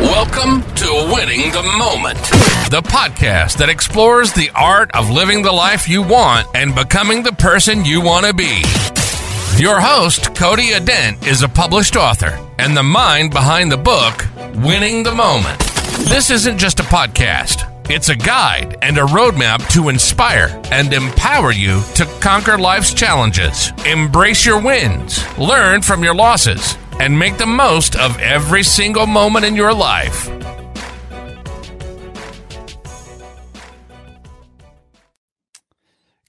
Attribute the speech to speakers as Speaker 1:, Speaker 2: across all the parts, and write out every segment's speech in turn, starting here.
Speaker 1: Welcome to Winning the Moment, the podcast that explores the art of living the life you want and becoming the person you want to be. Your host, Cody Adent, is a published author and the mind behind the book, Winning the Moment. This isn't just a podcast, it's a guide and a roadmap to inspire and empower you to conquer life's challenges, embrace your wins, learn from your losses, and make the most of every single moment in your life.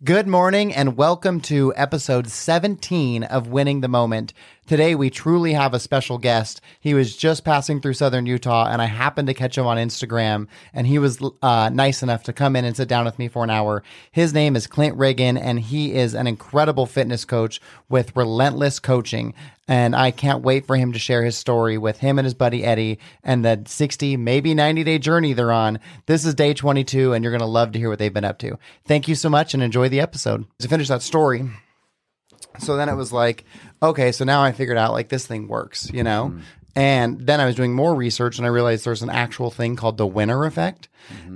Speaker 2: Good morning and welcome to episode 17 of Winning the Moment. Today we truly have a special guest. He was just passing through southern Utah and I happened to catch him on Instagram and he was uh, nice enough to come in and sit down with me for an hour. His name is Clint Reagan and he is an incredible fitness coach with Relentless Coaching. And I can't wait for him to share his story with him and his buddy Eddie and the 60, maybe 90 day journey they're on. This is day 22, and you're going to love to hear what they've been up to. Thank you so much and enjoy the episode. To finish that story, so then it was like, okay, so now I figured out like this thing works, you know? And then I was doing more research and I realized there's an actual thing called the winner effect.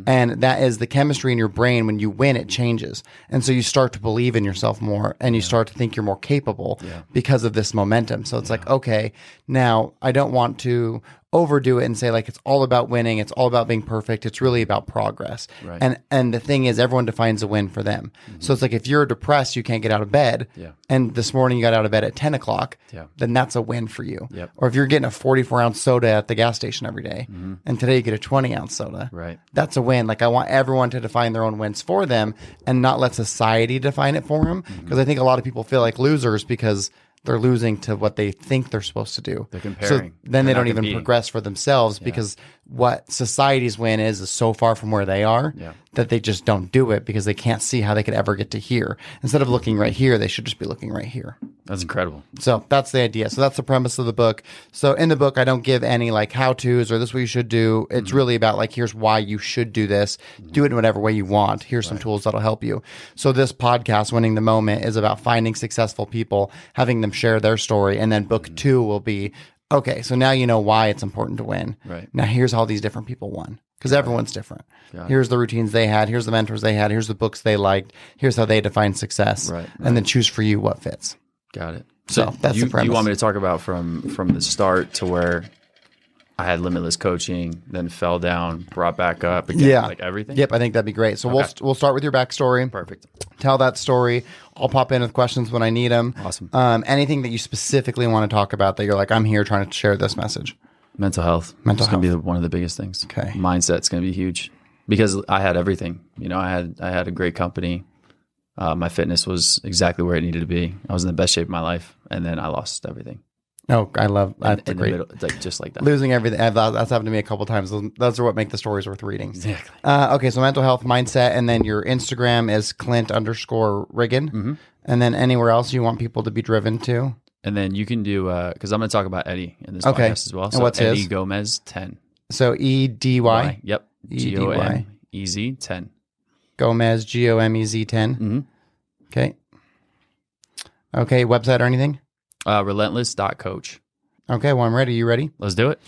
Speaker 2: And that is the chemistry in your brain. When you win, it changes. And so you start to believe in yourself more and you start to think you're more capable because of this momentum. So it's like, okay, now I don't want to overdo it and say like it's all about winning it's all about being perfect it's really about progress and and the thing is everyone defines a win for them so it's like if you're depressed you can't get out of bed
Speaker 3: Mm-hmm. Yeah.
Speaker 2: and this morning you got out of bed at 10 o'clock
Speaker 3: Yeah.
Speaker 2: then that's a win for you
Speaker 3: Yep.
Speaker 2: or if you're getting a 44 ounce soda at the gas station every day,
Speaker 3: Mm-hmm.
Speaker 2: and today you get a 20 ounce soda
Speaker 3: Right.
Speaker 2: that's a win like i want everyone to define their own wins for them and not let society define it for them
Speaker 3: Mm-hmm.
Speaker 2: because i think a lot of people feel like losers because they're losing to what they think they're supposed to do
Speaker 3: They're
Speaker 2: so
Speaker 3: comparing.
Speaker 2: then they
Speaker 3: They're
Speaker 2: don't
Speaker 3: not
Speaker 2: even
Speaker 3: competing.
Speaker 2: progress for themselves because what society's win is is so far from where they are
Speaker 3: Yeah.
Speaker 2: that they just don't do it because they can't see how they could ever get to here. Instead of looking right here, they should just be looking right here.
Speaker 3: That's incredible.
Speaker 2: So that's the idea. So that's the premise of the book. So in the book, I don't give any like how tos or this is what you should do. It's
Speaker 3: Mm-hmm.
Speaker 2: really about like here's why you should do this. Do it in whatever way you want. Here's some tools that'll help you. So this podcast, Winning the Moment, is about finding successful people, having them share their story, and then
Speaker 3: Mm-hmm.
Speaker 2: book two will be okay. So now you know why it's important to win.
Speaker 3: Right.
Speaker 2: Now here's how these different people won because everyone's different.
Speaker 3: Got it.
Speaker 2: Here's the routines they had. Here's the mentors they had. Here's the books they liked. Here's how they define success.
Speaker 3: Right,
Speaker 2: And then choose for you what fits.
Speaker 3: Got it.
Speaker 2: So, that's
Speaker 3: you,
Speaker 2: the premise.
Speaker 3: You want me to talk about from from the start to where I had limitless coaching, then fell down, brought back up again,
Speaker 2: yeah,
Speaker 3: like everything.
Speaker 2: Yep, I think that'd be great. So we'll
Speaker 3: Okay.
Speaker 2: we'll start with your backstory.
Speaker 3: Perfect.
Speaker 2: Tell that story. I'll pop in with questions when I need them.
Speaker 3: Awesome.
Speaker 2: Um, anything that you specifically want to talk about that you're like, I'm here trying to share this message.
Speaker 3: Mental health.
Speaker 2: Mental
Speaker 3: It's gonna be the, one of the biggest things.
Speaker 2: Okay.
Speaker 3: Mindset's gonna be huge because I had everything. You know, I had I had a great company. Uh, my fitness was exactly where it needed to be. I was in the best shape of my life, and then I lost everything
Speaker 2: Oh, I love that's a
Speaker 3: in the
Speaker 2: great.
Speaker 3: middle, like just like that.
Speaker 2: Losing everything. I've- That's happened to me a couple times. Those- Those are what make the stories worth reading.
Speaker 3: Exactly.
Speaker 2: Uh, okay, so mental health mindset, and then your Instagram is Clint underscore Riggin,
Speaker 3: Mm. Mm-hmm.
Speaker 2: and then anywhere else you want people to be driven to.
Speaker 3: And then you can do because I'm going to talk about Eddie in this
Speaker 2: Okay.
Speaker 3: podcast as well.
Speaker 2: And
Speaker 3: So
Speaker 2: what's
Speaker 3: Eddie
Speaker 2: his?
Speaker 3: Gomez ten.
Speaker 2: So E D
Speaker 3: Y.
Speaker 2: Y
Speaker 3: Yep.
Speaker 2: E D Y.
Speaker 3: G O M E Z ten.
Speaker 2: Gomez G O M E Z 10
Speaker 3: Mhm.
Speaker 2: Okay. Okay, website or anything?
Speaker 3: Uh, relentless dot coach.
Speaker 2: Okay, well, I'm ready. You ready?
Speaker 3: Let's do it.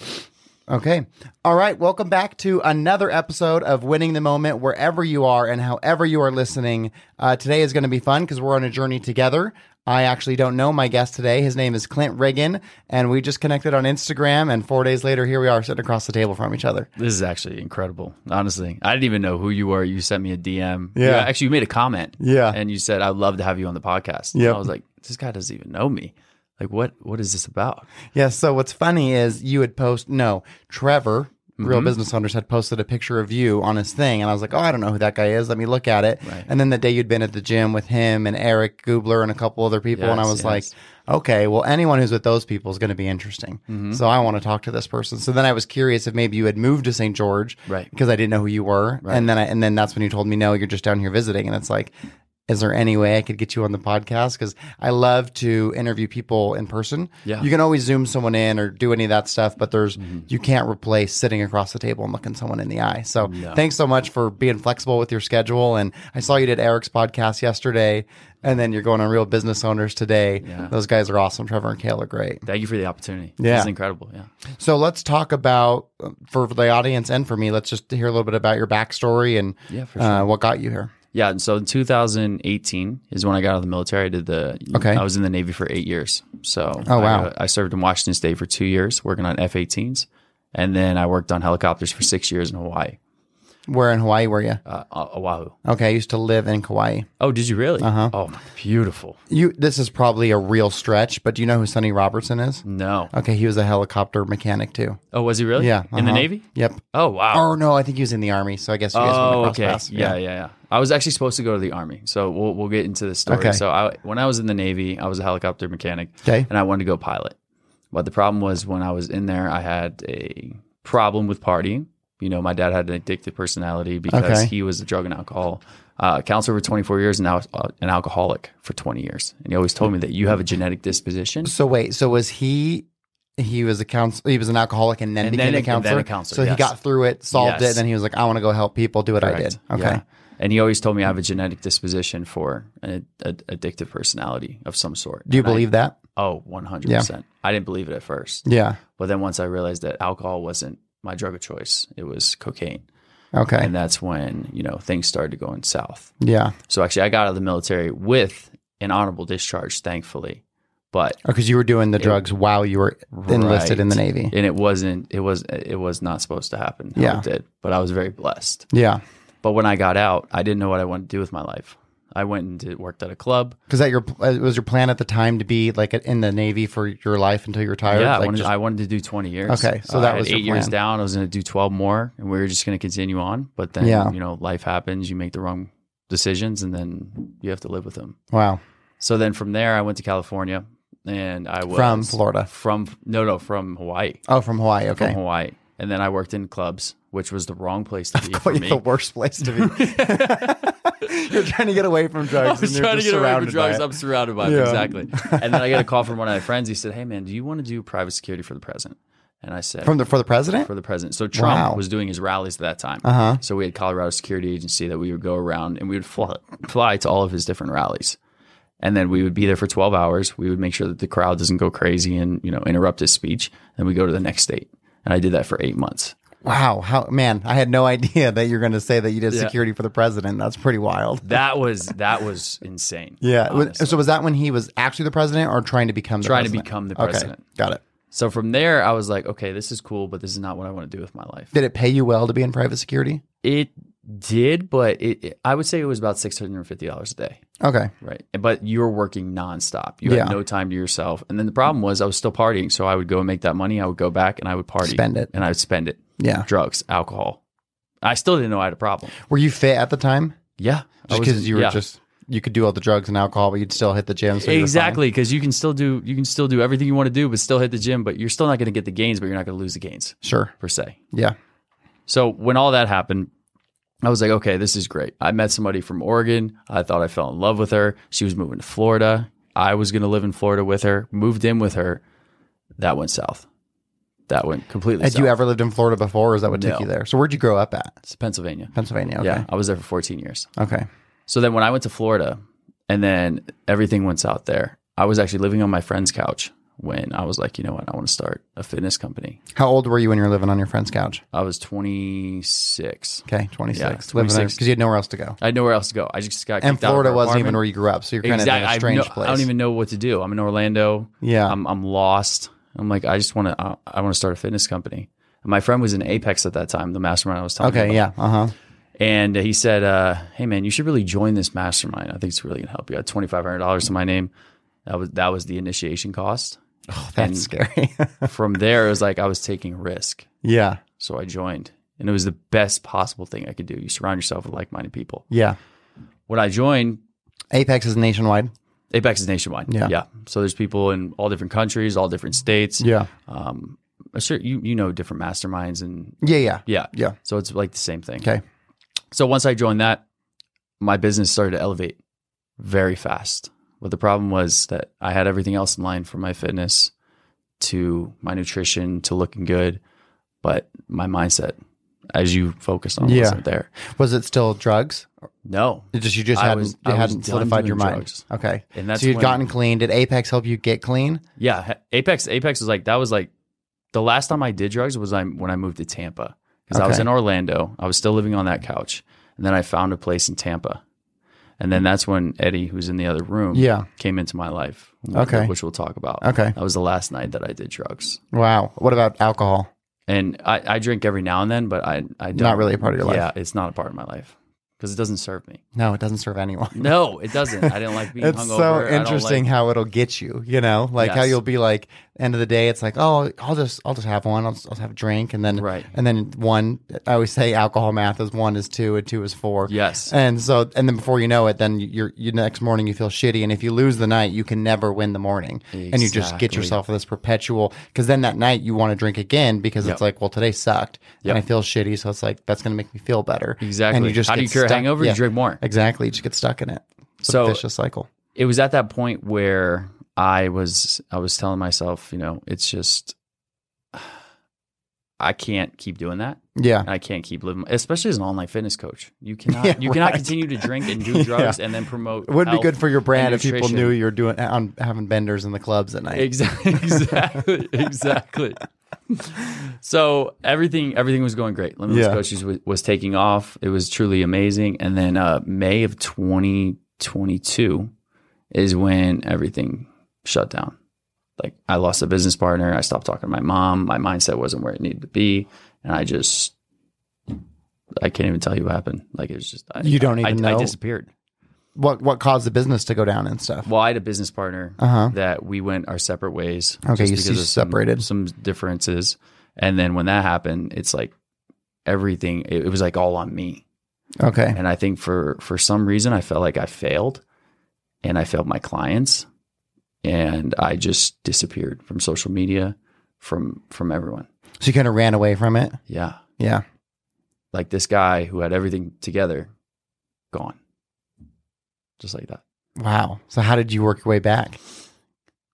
Speaker 2: Okay. All right. Welcome back to another episode of Winning the Moment, wherever you are and however you are listening. Uh, today is going to be fun because we're on a journey together. I actually don't know my guest today. His name is Clint Reagan, and we just connected on Instagram. And four days later, here we are sitting across the table from each other.
Speaker 3: This is actually incredible. Honestly, I didn't even know who you were. You sent me a DM.
Speaker 2: Yeah.
Speaker 3: You- actually, you made a comment.
Speaker 2: Yeah.
Speaker 3: And you said, "I'd love to have you on the podcast."
Speaker 2: Yep.
Speaker 3: And I was like, "This guy doesn't even know me. Like, what? What is this about?"
Speaker 2: Yeah. So what's funny is you had post no Trevor. Real
Speaker 3: Mm-hmm.
Speaker 2: business owners had posted a picture of you on his thing, and I was like, "Oh, I don't know who that guy is. Let me look at it." And then the day you'd been at the gym with him and Eric Gubler and a couple other people, and I
Speaker 3: Yes,
Speaker 2: was
Speaker 3: yes.
Speaker 2: like, "Okay, well, anyone who's with those people is going to be interesting."
Speaker 3: Mm-hmm.
Speaker 2: So I want to talk to this person. So then I was curious if maybe you had moved to St. George,
Speaker 3: Right.
Speaker 2: Because I didn't know who you were, and then I, and then that's when you told me, "No, you're just down here visiting," and it's like. is there any way I could get you on the podcast? Because I love to interview people in person.
Speaker 3: Yeah. Mm-hmm.
Speaker 2: You can always zoom someone in or do any of that stuff, but there's you can't replace sitting across the table and looking someone in the eye. So thanks so much for being flexible with your schedule. And I saw you did Eric's podcast yesterday, and then you're going on Real Business Owners today. Those guys are awesome. Trevor and Kale are great.
Speaker 3: Thank you for the opportunity.
Speaker 2: Yeah.
Speaker 3: It's incredible. Yeah.
Speaker 2: So let's talk about um, for the audience and for me. Let's just hear a little bit about your backstory and
Speaker 3: Yeah, for
Speaker 2: uh, what got you here.
Speaker 3: Yeah. And so in 2018 is when I got out of the military. I did the,
Speaker 2: Okay.
Speaker 3: I was in the Navy for eight years. So,
Speaker 2: Oh, wow.
Speaker 3: I, I served in Washington State for two years working on F 18s. And then I worked on helicopters for six years in Hawaii,
Speaker 2: Where in Hawaii were you?
Speaker 3: uh, O- Oahu.
Speaker 2: Okay, I used to live in Kauai.
Speaker 3: Oh, did you really? Uh-huh. Oh, my- beautiful.
Speaker 2: You this is probably a real stretch, but do you know who Sonny Robertson is?
Speaker 3: No.
Speaker 2: Okay, he was a helicopter mechanic too.
Speaker 3: Oh, was he really?
Speaker 2: Yeah,
Speaker 3: In the
Speaker 2: uh-huh.
Speaker 3: Navy?
Speaker 2: Yep.
Speaker 3: Oh, wow.
Speaker 2: Oh no, I think he was in the army. So I guess you guys
Speaker 3: Oh,
Speaker 2: went across
Speaker 3: okay.
Speaker 2: paths.
Speaker 3: Yeah, yeah, yeah. I was actually supposed to go to the army, so we'll we'll get into this story.
Speaker 2: Okay.
Speaker 3: So I, when I was in the navy, I was a helicopter mechanic,
Speaker 2: Okay.
Speaker 3: and I wanted to go pilot. But the problem was when I was in there, I had a problem with partying. You know, my dad had an addictive personality because
Speaker 2: Okay.
Speaker 3: he was a drug and alcohol uh, counselor for 24 years, and now uh, an alcoholic for 20 years. And he always told me that you have a genetic disposition.
Speaker 2: So wait, so was he? He was a counsel. He was an alcoholic and then
Speaker 3: And
Speaker 2: became
Speaker 3: then-
Speaker 2: a
Speaker 3: and then
Speaker 2: counselor.
Speaker 3: a counselor,
Speaker 2: so he
Speaker 3: yes.
Speaker 2: got through it, solved it,
Speaker 3: Yes.
Speaker 2: and then he was like, "I want to go help people do what
Speaker 3: Correct.
Speaker 2: I did." Okay.
Speaker 3: Yeah. And he always told me I have a genetic disposition for an ad- addictive personality of some sort.
Speaker 2: Do you
Speaker 3: And I-
Speaker 2: believe that?
Speaker 3: Oh, 100%. I didn't believe it at first.
Speaker 2: Yeah.
Speaker 3: But then once I realized that alcohol wasn't my drug of choice, it was cocaine.
Speaker 2: Okay.
Speaker 3: And that's when, you know, things started going south.
Speaker 2: Yeah.
Speaker 3: So actually, I got out of the military with an honorable discharge, thankfully. But
Speaker 2: Because Oh, you were doing the drugs while you were enlisted in the
Speaker 3: Right.
Speaker 2: Navy.
Speaker 3: and it wasn't it was it was not supposed to happen. how
Speaker 2: Yeah.
Speaker 3: It did. But I was very blessed.
Speaker 2: Yeah.
Speaker 3: But when I got out, I didn't know what I wanted to do with my life. I went and did, worked at a club.
Speaker 2: Because that your uh, was your plan at the time to be like in the Navy for your life until you retired.
Speaker 3: Yeah, I,
Speaker 2: Like,
Speaker 3: wanted,
Speaker 2: just-
Speaker 3: I wanted to do 20 years.
Speaker 2: Okay, so that
Speaker 3: I had
Speaker 2: was your
Speaker 3: eight years
Speaker 2: plan.
Speaker 3: down. I was going to do 12 more, and we were just going to continue on. But then,
Speaker 2: Yeah.
Speaker 3: you know, life happens. You make the wrong decisions, and then you have to live with them.
Speaker 2: wow.
Speaker 3: So then from there, I went to California, and I was
Speaker 2: From Florida.
Speaker 3: From no, no, from Hawaii.
Speaker 2: Oh, from Hawaii. Okay.
Speaker 3: From Hawaii, and then I worked in clubs, which was the wrong place to be for me.
Speaker 2: the worst place to be. you're trying to get away from drugs.
Speaker 3: I was
Speaker 2: and you're
Speaker 3: trying to
Speaker 2: just
Speaker 3: get away from
Speaker 2: surrounded by
Speaker 3: drugs.
Speaker 2: it.
Speaker 3: I'm surrounded by it.
Speaker 2: Yeah.
Speaker 3: Exactly. And then I get a call from one of my friends. He said, "Hey, man, do you want to do private security for the president?" And I said,
Speaker 2: From the for the president.
Speaker 3: for the president. So Trump
Speaker 2: Wow.
Speaker 3: was doing his rallies at that time.
Speaker 2: Uh-huh.
Speaker 3: So we had Colorado Security Agency that we would go around and we would fly, fly to all of his different rallies. And then we would be there for 12 hours. We would make sure that the crowd doesn't go crazy and, you know, interrupt his speech. And we go to the next state. And I did that for eight months.
Speaker 2: wow. How man? I had no idea that you're going to say that you did
Speaker 3: Yeah.
Speaker 2: security for the president. That's pretty wild.
Speaker 3: That was that was insane.
Speaker 2: Yeah. Was-
Speaker 3: honestly.
Speaker 2: So was that when he was actually the president, or trying to become the
Speaker 3: Trying to
Speaker 2: president?
Speaker 3: become the
Speaker 2: Okay,
Speaker 3: president.
Speaker 2: Got it.
Speaker 3: So from there, I was like, okay, this is cool, but this is not what I want to do with my life.
Speaker 2: Did it pay you well to be in private security?
Speaker 3: It did, but it, it I would say it was about six hundred and fifty dollars a day.
Speaker 2: Okay.
Speaker 3: Right. But you were working nonstop. You
Speaker 2: Yeah.
Speaker 3: had no time to yourself. And then the problem was I was still partying. So I would go and make that money. I would go back and I would party.
Speaker 2: Spend it.
Speaker 3: And I would spend it.
Speaker 2: Yeah.
Speaker 3: Drugs, alcohol. I still didn't know I had a problem.
Speaker 2: Were you fit at the time?
Speaker 3: Yeah. I
Speaker 2: Just
Speaker 3: was-
Speaker 2: because you were
Speaker 3: yeah.
Speaker 2: just you could do all the drugs and alcohol, but you'd still hit the gym. So you were fine.
Speaker 3: Exactly, because you can still do you can still do everything you want to do, but still hit the gym. But you're still not going to get the gains, but you're not going to lose the gains
Speaker 2: Sure.
Speaker 3: per se.
Speaker 2: Yeah.
Speaker 3: So when all that happened, I was like, okay, this is great. I met somebody from Oregon. I thought I fell in love with her. She was moving to Florida. I was going to live in Florida with her. Moved in with her. That went south. That went completely
Speaker 2: Had
Speaker 3: south.
Speaker 2: you ever lived in Florida before, or is that what took
Speaker 3: No.
Speaker 2: you there? So where'd you grow up at?
Speaker 3: It's Pennsylvania.
Speaker 2: Pennsylvania. Okay.
Speaker 3: Yeah, I was there for 14 years.
Speaker 2: Okay.
Speaker 3: So then when I went to Florida and then everything went south there, I was actually living on my friend's couch when I was like, you know what? I want to start a fitness company.
Speaker 2: How old were you when you were living on your friend's couch?
Speaker 3: I was 26.
Speaker 2: Okay, 26.
Speaker 3: Yeah,
Speaker 2: Because
Speaker 3: 26.
Speaker 2: you had nowhere else to go.
Speaker 3: I had nowhere else to go. I just got
Speaker 2: And
Speaker 3: kicked out of
Speaker 2: Florida
Speaker 3: our
Speaker 2: wasn't even
Speaker 3: apartment.
Speaker 2: where you grew up. So you're kind
Speaker 3: Exactly.
Speaker 2: of in a
Speaker 3: I've
Speaker 2: strange
Speaker 3: no-
Speaker 2: place.
Speaker 3: I don't even know what to do. I'm in Orlando.
Speaker 2: Yeah.
Speaker 3: I'm I'm lost. I'm like I just want to I, I want to start a fitness company. And my friend was in Apex at that time, the mastermind I was talking
Speaker 2: okay,
Speaker 3: about.
Speaker 2: yeah. Uh huh.
Speaker 3: And he said, uh, "Hey man, you should really join this mastermind. I think it's really gonna help you." I had twenty five hundred dollars to my name. That was that was the initiation cost.
Speaker 2: Oh, That's
Speaker 3: And-
Speaker 2: scary.
Speaker 3: From there, it was like I was taking risk,
Speaker 2: yeah.
Speaker 3: so I joined, and it was the best possible thing I could do. You surround yourself with like minded people.
Speaker 2: Yeah.
Speaker 3: When I joined,
Speaker 2: Apex is nationwide.
Speaker 3: Apex is nationwide.
Speaker 2: Yeah.
Speaker 3: yeah. So there's people in all different countries, all different states.
Speaker 2: Yeah.
Speaker 3: um uh, sure you you know different masterminds and
Speaker 2: Yeah, yeah.
Speaker 3: yeah
Speaker 2: Yeah.
Speaker 3: so it's like the same thing
Speaker 2: Okay.
Speaker 3: so once i joined that my business started to elevate very fast. But the problem was that I had everything else in line from my fitness to my nutrition to looking good, but my mindset, as you focused on,
Speaker 2: Yeah.
Speaker 3: wasn't there.
Speaker 2: Was it still drugs?
Speaker 3: No,
Speaker 2: It just you just
Speaker 3: I
Speaker 2: hadn't
Speaker 3: was- I
Speaker 2: you
Speaker 3: was
Speaker 2: hadn't
Speaker 3: done
Speaker 2: solidified
Speaker 3: doing
Speaker 2: your mind.
Speaker 3: drugs.
Speaker 2: Okay.
Speaker 3: and that's
Speaker 2: so you'd
Speaker 3: when-
Speaker 2: gotten clean. Did Apex help you get clean?
Speaker 3: Yeah, Ha- Apex. Apex was like that was like the last time I did drugs was I when I moved to Tampa because I was
Speaker 2: Okay.
Speaker 3: in Orlando. I was still living on that couch, and then I found a place in Tampa, and then that's when Eddie, who's in the other room,
Speaker 2: Yeah.
Speaker 3: came into my life.
Speaker 2: Okay.
Speaker 3: which we'll talk about.
Speaker 2: Okay.
Speaker 3: that was the last night that I did drugs,
Speaker 2: Wow. What about alcohol?
Speaker 3: and I, I drink every now and then, but I I don't
Speaker 2: Not really a part of your life.
Speaker 3: Yeah, it's not a part of my life because it doesn't serve me.
Speaker 2: No, it doesn't serve anyone.
Speaker 3: No, it doesn't. I didn't like being
Speaker 2: It's
Speaker 3: hungover. I
Speaker 2: so
Speaker 3: don't like-
Speaker 2: interesting how it'll get you, you know, like how
Speaker 3: Yes.
Speaker 2: you'll be like end of the day, it's like, oh, I'll just, I'll just have one, I'll, just, I'll have a drink, and then,
Speaker 3: Right.
Speaker 2: and then one. I always say alcohol math is one is two and two is four.
Speaker 3: Yes.
Speaker 2: and so and then before you know it, then you're you next morning you feel shitty, and if you lose the night, you can never win the morning, and you just get
Speaker 3: Exactly.
Speaker 2: yourself this perpetual because then that night you want to drink again because it's like, well, today sucked,
Speaker 3: Yep.
Speaker 2: and I feel shitty, so it's like that's going to make me feel better.
Speaker 3: Exactly.
Speaker 2: And you just
Speaker 3: How do
Speaker 2: get
Speaker 3: you cure a
Speaker 2: stuck-
Speaker 3: hangover? You drink more.
Speaker 2: Exactly, you just get stuck in it. It's
Speaker 3: So-
Speaker 2: a vicious cycle.
Speaker 3: it was at that point where I was I was telling myself, you know, it's just I can't keep doing that.
Speaker 2: Yeah.
Speaker 3: And I can't keep living, especially as an online fitness coach. You cannot
Speaker 2: Yeah,
Speaker 3: you cannot
Speaker 2: right.
Speaker 3: continue to drink and do drugs and then promote.
Speaker 2: It would be good for your brand if people
Speaker 3: nutrition.
Speaker 2: knew you're doing on having benders in the clubs at night.
Speaker 3: Exactly, exactly, exactly. So everything everything was going great. Limitless
Speaker 2: Yeah.
Speaker 3: Coaches was, was taking off. It was truly amazing. And then uh, May of 2022 is when everything shut down. Like I lost a business partner. I stopped talking to my mom. My mindset wasn't where it needed to be, and I just I can't even tell you what happened. Like it was just I,
Speaker 2: You don't
Speaker 3: I-
Speaker 2: even
Speaker 3: I,
Speaker 2: know?
Speaker 3: disappeared.
Speaker 2: What what caused the business to go down and stuff?
Speaker 3: Well, I had a business partner
Speaker 2: Uh huh.
Speaker 3: that we went our separate ways.
Speaker 2: Okay,
Speaker 3: just
Speaker 2: you-
Speaker 3: because
Speaker 2: you
Speaker 3: of some-
Speaker 2: separated.
Speaker 3: some, differences, and then when that happened, it's like everything. It, it was like all on me,
Speaker 2: Okay.
Speaker 3: and I think for for some reason I felt like I failed, and I failed my clients, and I just disappeared from social media, from from everyone.
Speaker 2: So you kind of ran away from it.
Speaker 3: Yeah,
Speaker 2: Yeah.
Speaker 3: like this guy who had everything together, gone, just like that.
Speaker 2: Wow. So how did you work your way back?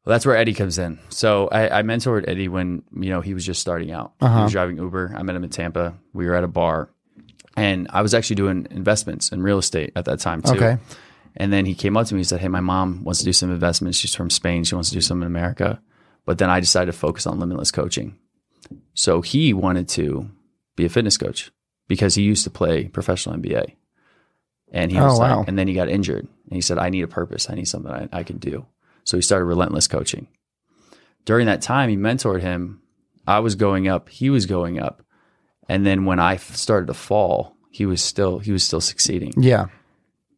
Speaker 3: Well, that's where Eddie comes in. So I, I mentored Eddie when you know he was just starting out. He
Speaker 2: Uh-huh.
Speaker 3: was driving Uber. I met him in Tampa. We were at a bar, and I was actually doing investments in real estate at that time too.
Speaker 2: Okay.
Speaker 3: And then he came up to me and said, "Hey, my mom wants to do some investments. She's from Spain. She wants to do some in America." But then I decided to focus on limitless coaching. So he wanted to be a fitness coach because he used to play professional NBA. And he
Speaker 2: Oh,
Speaker 3: was like,
Speaker 2: wow.
Speaker 3: and then he got injured. And he said, I need a purpose. I need something I, I can do. So he started relentless coaching. During that time, he mentored him. I was going up, he was going up. And then when I f- started to fall, he was still he was still succeeding
Speaker 2: Yeah.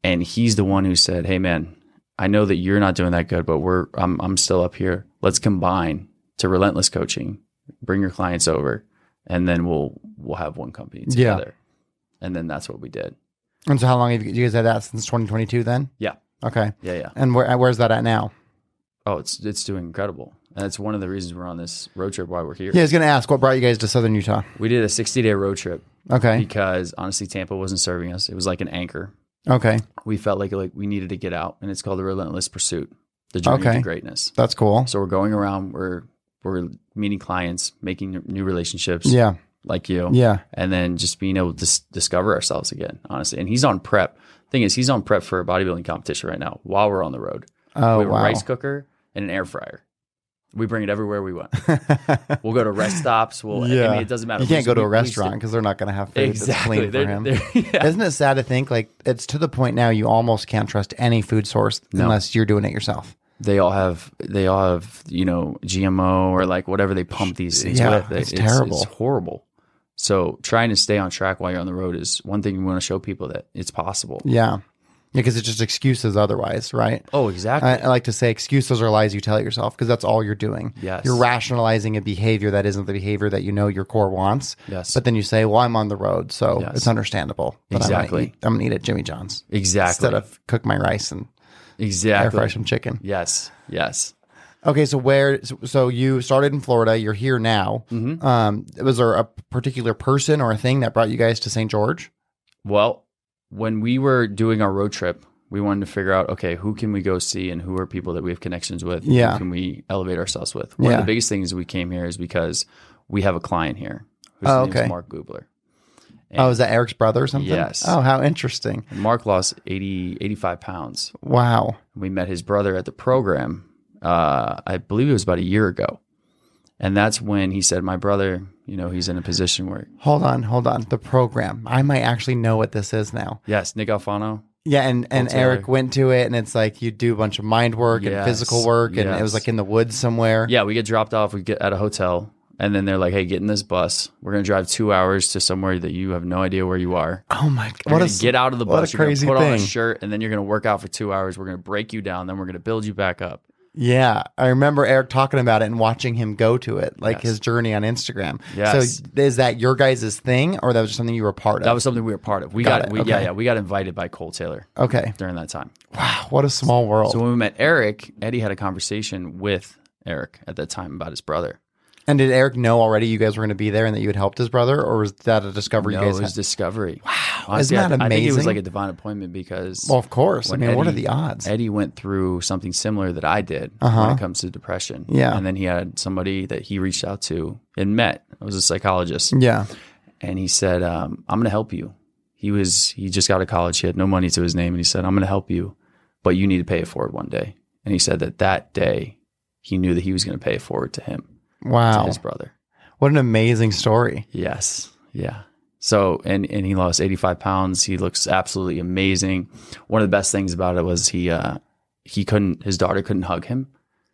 Speaker 3: and he's the one who said, "Hey, man, I know that you're not doing that good, but we're I'm I'm still up here. Let's combine to relentless coaching. Bring your clients over, and then we'll we'll have one company
Speaker 2: Yeah.
Speaker 3: together." And then that's what we did.
Speaker 2: And so how long have you, you guys had that since 2022? Then.
Speaker 3: Yeah.
Speaker 2: Okay.
Speaker 3: Yeah, yeah.
Speaker 2: And where uh, where's that at now?
Speaker 3: Oh, it's it's doing incredible, and it's one of the reasons we're on this road trip. Why we're here.
Speaker 2: Yeah, I was gonna ask what brought you guys to Southern Utah.
Speaker 3: We did a 60 day road trip
Speaker 2: Okay.
Speaker 3: because honestly, Tampa wasn't serving us. It was like an anchor.
Speaker 2: Okay.
Speaker 3: We felt like like we needed to get out, and it's called the relentless pursuit, the journey
Speaker 2: Okay.
Speaker 3: to greatness.
Speaker 2: That's cool.
Speaker 3: So we're going around. We're we're meeting clients, making n- new relationships,
Speaker 2: Yeah.
Speaker 3: like you,
Speaker 2: Yeah.
Speaker 3: and then just being able to dis- discover ourselves again, honestly. And he's on prep. Thing is, he's on prep for a bodybuilding competition right now. While we're on the road,
Speaker 2: Oh
Speaker 3: we have a
Speaker 2: wow.
Speaker 3: rice cooker and an air fryer. We bring it everywhere we went. We'll go to rest stops. We'll. I mean, it doesn't matter.
Speaker 2: You can't
Speaker 3: We-
Speaker 2: go to a
Speaker 3: we- we
Speaker 2: restaurant because they're not going to have
Speaker 3: sit-
Speaker 2: food that's
Speaker 3: Exactly.
Speaker 2: clean for
Speaker 3: They're-
Speaker 2: him.
Speaker 3: they're- yeah.
Speaker 2: Isn't it sad to think like it's to the point now you almost can't trust any food source unless you're doing it yourself?
Speaker 3: They all have. They all have. You know, GMO or like whatever they pump these things
Speaker 2: Yeah,
Speaker 3: with. It-
Speaker 2: it's terrible.
Speaker 3: It's horrible. So trying to stay on track while you're on the road is one thing. You want to show people that it's possible.
Speaker 2: Yeah. Because it's just excuses otherwise, right?
Speaker 3: Oh, exactly.
Speaker 2: I, I like to say excuses are lies you tell yourself because that's all you're doing.
Speaker 3: Yes.
Speaker 2: You're rationalizing a behavior that isn't the behavior that you know your core wants.
Speaker 3: Yes.
Speaker 2: But then you say, well, I'm on the road, so
Speaker 3: Yes.
Speaker 2: it's understandable. that
Speaker 3: Exactly.
Speaker 2: I'm going to eat at Jimmy John's
Speaker 3: exactly.
Speaker 2: instead of cook my rice and air
Speaker 3: exactly.
Speaker 2: fry some chicken.
Speaker 3: Yes. Yes.
Speaker 2: Okay, so where? So, so you started in Florida. You're here now.
Speaker 3: Mm-hmm.
Speaker 2: Um, was there a particular person or a thing that brought you guys to St. George?
Speaker 3: Well, when we were doing our road trip, We wanted to figure out, okay, who can we go see and who are people that we have connections with?
Speaker 2: Yeah.
Speaker 3: Who can we elevate ourselves with? One
Speaker 2: Yeah.
Speaker 3: of the biggest things we came here is because we have a client here whose
Speaker 2: Oh,
Speaker 3: name's
Speaker 2: okay.
Speaker 3: Mark Gubler.
Speaker 2: Oh, is that Eric's brother or something?
Speaker 3: Yes.
Speaker 2: Oh, how interesting.
Speaker 3: And Mark lost 80, 85 pounds.
Speaker 2: Wow.
Speaker 3: We met his brother at the program, uh, I believe it was about a year ago. And that's when he said, My brother, you know, he's in a position where,
Speaker 2: Hold on, hold on. The program. I might actually know what this is now.
Speaker 3: yes, Nick Alfano,
Speaker 2: Yeah, and, and
Speaker 3: What's
Speaker 2: Eric
Speaker 3: Eric?
Speaker 2: went to it, and it's like you do a bunch of mind work and
Speaker 3: Yes,
Speaker 2: physical work, and it was
Speaker 3: yes.
Speaker 2: like in the woods somewhere.
Speaker 3: Yeah, we get dropped off. We get at a hotel, and then they're like, "Hey, get in this bus. We're gonna drive two hours to somewhere that you have no idea where you are.
Speaker 2: Oh my god!
Speaker 3: You're
Speaker 2: What
Speaker 3: gonna
Speaker 2: a
Speaker 3: get out of the
Speaker 2: what a
Speaker 3: bus. you're
Speaker 2: crazy
Speaker 3: gonna put on a
Speaker 2: thing.
Speaker 3: shirt, and then you're gonna work out for two hours. We're gonna break you down. Then we're gonna build you back up.
Speaker 2: Yeah, I remember Eric talking about it and watching him go to it, like
Speaker 3: Yes.
Speaker 2: his journey on Instagram.
Speaker 3: Yes.
Speaker 2: So is that your guys' thing, or that was just something you were part of?
Speaker 3: That was something we were part of. We
Speaker 2: Got
Speaker 3: got,
Speaker 2: it.
Speaker 3: we, yeah,
Speaker 2: Okay.
Speaker 3: yeah, we got invited by Cole Taylor
Speaker 2: okay.
Speaker 3: during that time.
Speaker 2: Wow, what a small world.
Speaker 3: So when we met Eric, Eddie had a conversation with Eric at that time about his brother.
Speaker 2: and did Eric know already you guys were going to be there and that you had helped his brother, or was that a discovery
Speaker 3: No,
Speaker 2: you
Speaker 3: it
Speaker 2: guys?
Speaker 3: was
Speaker 2: had?
Speaker 3: discovery. Wow,
Speaker 2: Isn't that
Speaker 3: I, I think it was
Speaker 2: amazing?
Speaker 3: like a divine appointment because
Speaker 2: Well, of course. I
Speaker 3: when
Speaker 2: mean, what are
Speaker 3: Eddie-
Speaker 2: the odds?
Speaker 3: Eddie went through something similar that I did when
Speaker 2: Uh-huh.
Speaker 3: it comes to depression.
Speaker 2: Yeah.
Speaker 3: And then he had somebody that he reached out to and met. It was a psychologist.
Speaker 2: yeah.
Speaker 3: And he said, um, I'm going to help you. He was, he just got out of college. He had no money to his name. And he said, I'm going to help you, but you need to pay it forward one day. And he said that that day he knew that he was going to pay it forward to him, to
Speaker 2: Wow.
Speaker 3: his brother.
Speaker 2: What an amazing story.
Speaker 3: Yes. Yeah. So and and he lost 85 pounds. He looks absolutely amazing. One of the best things about it was he uh he couldn't his daughter couldn't hug him.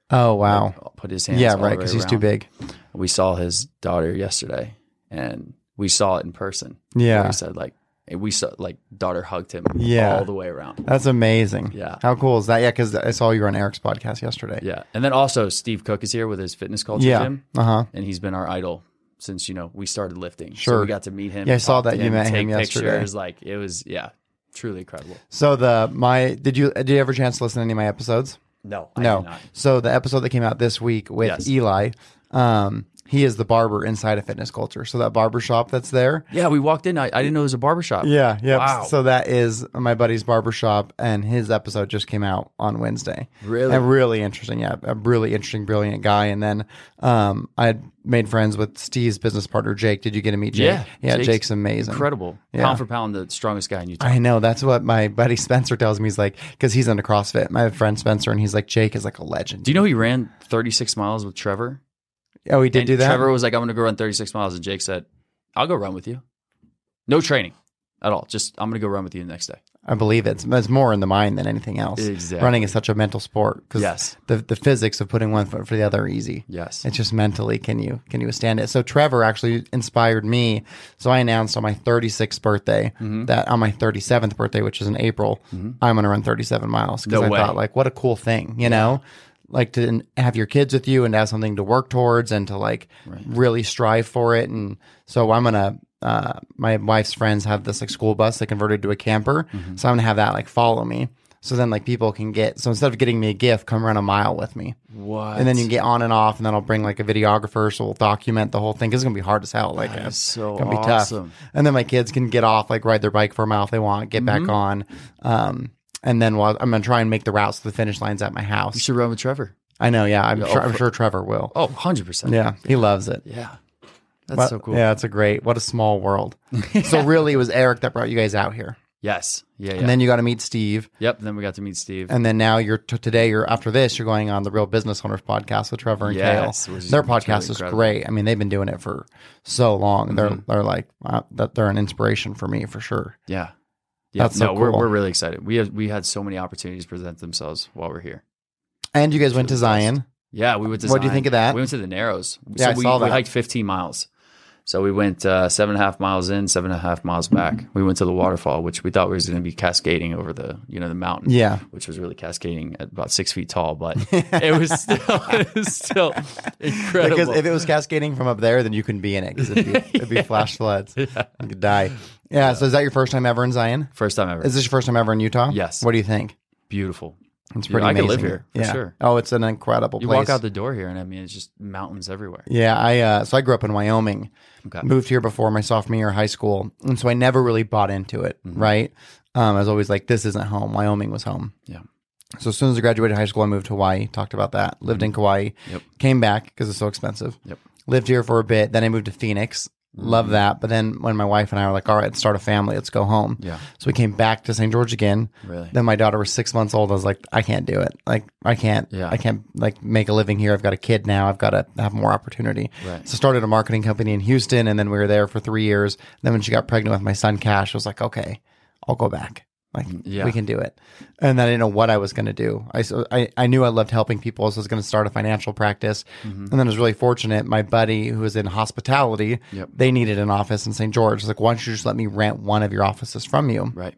Speaker 2: Oh, wow.
Speaker 3: Put his hands
Speaker 2: Yeah,
Speaker 3: all the
Speaker 2: right.
Speaker 3: way
Speaker 2: Because he's too
Speaker 3: around.
Speaker 2: big.
Speaker 3: We saw his daughter yesterday and we saw it in person.
Speaker 2: Yeah.
Speaker 3: We said like and we saw like daughter hugged him
Speaker 2: Yeah.
Speaker 3: all the way around.
Speaker 2: That's amazing.
Speaker 3: Yeah.
Speaker 2: How cool is that? Yeah, because I saw you were on Eric's podcast yesterday.
Speaker 3: Yeah. And then also Steve Cook is here with his fitness culture
Speaker 2: Yeah.
Speaker 3: gym
Speaker 2: Uh huh.
Speaker 3: and he's been our idol since you know we started lifting. So
Speaker 2: Sure.
Speaker 3: we got to meet him.
Speaker 2: Yeah, I saw
Speaker 3: talk to
Speaker 2: that you met
Speaker 3: take
Speaker 2: him yesterday.
Speaker 3: Pictures. Like it was yeah, truly incredible.
Speaker 2: So the my did you did you ever chance to listen to any of my episodes?
Speaker 3: No, I
Speaker 2: no.
Speaker 3: did not.
Speaker 2: So the episode that came out this week with
Speaker 3: Yes.
Speaker 2: Eli, um, he is the barber inside of fitness culture. So that barber shop that's there.
Speaker 3: Yeah, we walked in. I, I didn't know it was a barbershop.
Speaker 2: Yeah, yeah.
Speaker 3: Wow.
Speaker 2: So that is my buddy's barber shop, and his episode just came out on Wednesday.
Speaker 3: Really?
Speaker 2: a really interesting. Yeah, a really interesting, brilliant guy. And then um, I had made friends with Steve's business partner Jake. Did you get to meet Jake?
Speaker 3: Yeah,
Speaker 2: yeah. Jake's,
Speaker 3: Jake's
Speaker 2: amazing.
Speaker 3: Incredible.
Speaker 2: Yeah.
Speaker 3: Pound for pound, the strongest guy in Utah.
Speaker 2: I know. That's what my buddy Spencer tells me. He's like, because he's into CrossFit. My friend Spencer, and he's like, Jake is like a legend.
Speaker 3: Do you know he ran 36 miles with Trevor?
Speaker 2: Oh, he did
Speaker 3: And
Speaker 2: do that.
Speaker 3: Trevor was like, I'm going to go run 36 miles. And Jake said, I'll go run with you. No training at all. Just, I'm going to go run with you the next day.
Speaker 2: I believe it's, it's more in the mind than anything else.
Speaker 3: Exactly.
Speaker 2: Running is such a mental sport because
Speaker 3: Yes.
Speaker 2: the the physics of putting one foot for the other are easy.
Speaker 3: Yes.
Speaker 2: It's just mentally can you can you withstand it? So Trevor actually inspired me. So I announced on my 36th birthday
Speaker 3: Mm-hmm.
Speaker 2: that on my 37th birthday, which is in April, I'm going to run 37 miles because
Speaker 3: No
Speaker 2: I
Speaker 3: way.
Speaker 2: thought like what a cool thing, you know, like to n- have your kids with you and to have something to work towards and to like really strive for it. And so I'm gonna. Uh, my wife's friends have this like school bus that converted to a camper,
Speaker 3: Mm-hmm.
Speaker 2: so I'm gonna have that like follow me. So then like people can get so instead of getting me a gift, come run a mile with me.
Speaker 3: What?
Speaker 2: And then you can get on and off, and then I'll bring like a videographer, so we'll document the whole thing. 'cause It's gonna be hard as hell. Like
Speaker 3: That is
Speaker 2: it's
Speaker 3: so
Speaker 2: gonna be
Speaker 3: awesome.
Speaker 2: tough. And then my kids can get off, like ride their bike for a mile if they want, get
Speaker 3: Mm-hmm.
Speaker 2: back on, um, and then while I'm gonna try and make the routes to the finish lines at my
Speaker 3: You
Speaker 2: house.
Speaker 3: should run with Trevor.
Speaker 2: I know, yeah, I'm
Speaker 3: Yeah,
Speaker 2: sure.
Speaker 3: oh,
Speaker 2: I'm
Speaker 3: for-
Speaker 2: sure Trevor will.
Speaker 3: Oh, 100%.
Speaker 2: Yeah, he loves it.
Speaker 3: Yeah. That's
Speaker 2: What-
Speaker 3: so cool.
Speaker 2: Yeah, it's a great. What a small world. so really, it was Eric that brought you guys out here,
Speaker 3: Yes. Yeah. yeah.
Speaker 2: and then you got to meet Steve,
Speaker 3: yep. Then we got to meet Steve.
Speaker 2: and then now you're t- today. You're after this, you're going on the Real Business Owners podcast with Trevor and
Speaker 3: Yes,
Speaker 2: Kale.
Speaker 3: which is
Speaker 2: Their podcast
Speaker 3: really
Speaker 2: is
Speaker 3: incredible. Mm-hmm.
Speaker 2: great. I mean, they've been doing it for so long. They're they're like uh, that. They're an inspiration for me for sure.
Speaker 3: yeah. Yeah.
Speaker 2: That's
Speaker 3: no,
Speaker 2: so
Speaker 3: we're,
Speaker 2: cool.
Speaker 3: we're really excited. We have, we had so many opportunities present themselves while we're here.
Speaker 2: And you guys went to Zion.
Speaker 3: Yeah, we went to.
Speaker 2: What do you
Speaker 3: Zion.
Speaker 2: think of that?
Speaker 3: We went to the Narrows.
Speaker 2: Yeah, I
Speaker 3: we,
Speaker 2: saw that.
Speaker 3: we hiked 15 miles. So we went uh, seven and a half miles in, seven and a half miles back.
Speaker 2: Mm-hmm.
Speaker 3: We went to the waterfall, which we thought was going to be cascading over the, you know, the mountain.
Speaker 2: Yeah.
Speaker 3: which was really cascading at about six feet tall, but it was still, it was still incredible.
Speaker 2: Because if it was cascading from up there, then you couldn't be in it because it'd, be- it'd be flash floods. You could die. Yeah, So is that your first time ever in Zion?
Speaker 3: First time ever.
Speaker 2: Is this your first time ever in Utah?
Speaker 3: Yes.
Speaker 2: What do you think?
Speaker 3: beautiful.
Speaker 2: It's
Speaker 3: Yeah,
Speaker 2: pretty
Speaker 3: I could
Speaker 2: amazing.
Speaker 3: live here, for
Speaker 2: yeah.
Speaker 3: sure.
Speaker 2: Oh, it's an incredible
Speaker 3: You
Speaker 2: place.
Speaker 3: walk out the door here, and I mean, it's just mountains everywhere.
Speaker 2: Yeah, I uh, so I grew up in Wyoming.
Speaker 3: Okay. Mm-hmm.
Speaker 2: Moved here before my sophomore year of high school, and so I never really bought into it, right? Um, I was always like, this isn't home. Wyoming was home.
Speaker 3: Yeah.
Speaker 2: So as soon as I graduated high school, I moved to Hawaii. Talked about that. Lived in Kauai.
Speaker 3: Mm-hmm. Yep.
Speaker 2: Came back because it's so expensive.
Speaker 3: Yep. Mm-hmm.
Speaker 2: Lived here for a bit. Then I moved to Phoenix. Love that. But then when my wife and I were like, all right, let's start a family. Let's go home.
Speaker 3: Yeah.
Speaker 2: So we came back to St. George again.
Speaker 3: Really?
Speaker 2: Then my daughter was six months old. I was like, I can't do it. Like, I can't.
Speaker 3: Yeah.
Speaker 2: I can't like make a living here. I've got a kid now. I've got to have more opportunity.
Speaker 3: Right.
Speaker 2: So started a marketing company in Houston, and then we were there for three years. Then when she got pregnant with my son Cash, I was like, okay, I'll go back. Like,
Speaker 3: yeah.
Speaker 2: we can do it. And I didn't know what I was going to do. I, so I I knew I loved helping people, so I was going to start a financial practice. And then I was really fortunate. My buddy who was in hospitality,
Speaker 3: Yep.
Speaker 2: they needed an office in St. George. I was like, why don't you just let me rent one of your offices from you?
Speaker 3: Right.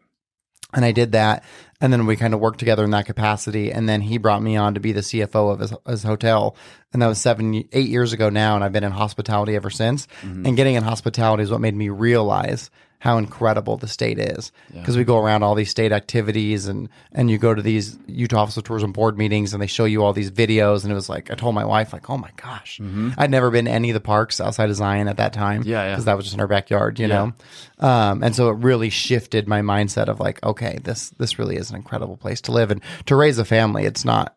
Speaker 2: and I did that. And then we kind of worked together in that capacity. And then he brought me on to be the CFO of his, his hotel. And that was seven, eight years ago now. And I've been in hospitality ever since.
Speaker 3: Mm-hmm.
Speaker 2: And getting in hospitality is what made me realize how incredible the state is because we go around all these state activities and and you go to these Utah Office of Tourism board meetings and they show you all these videos and it was like I told my wife like oh my gosh I'd never been to any of the parks outside of Zion at that time
Speaker 3: Mm-hmm. Yeah, yeah.
Speaker 2: because that was just in our backyard you know um, and so it really shifted my mindset of like okay this this really is an incredible place to live and to raise a family it's not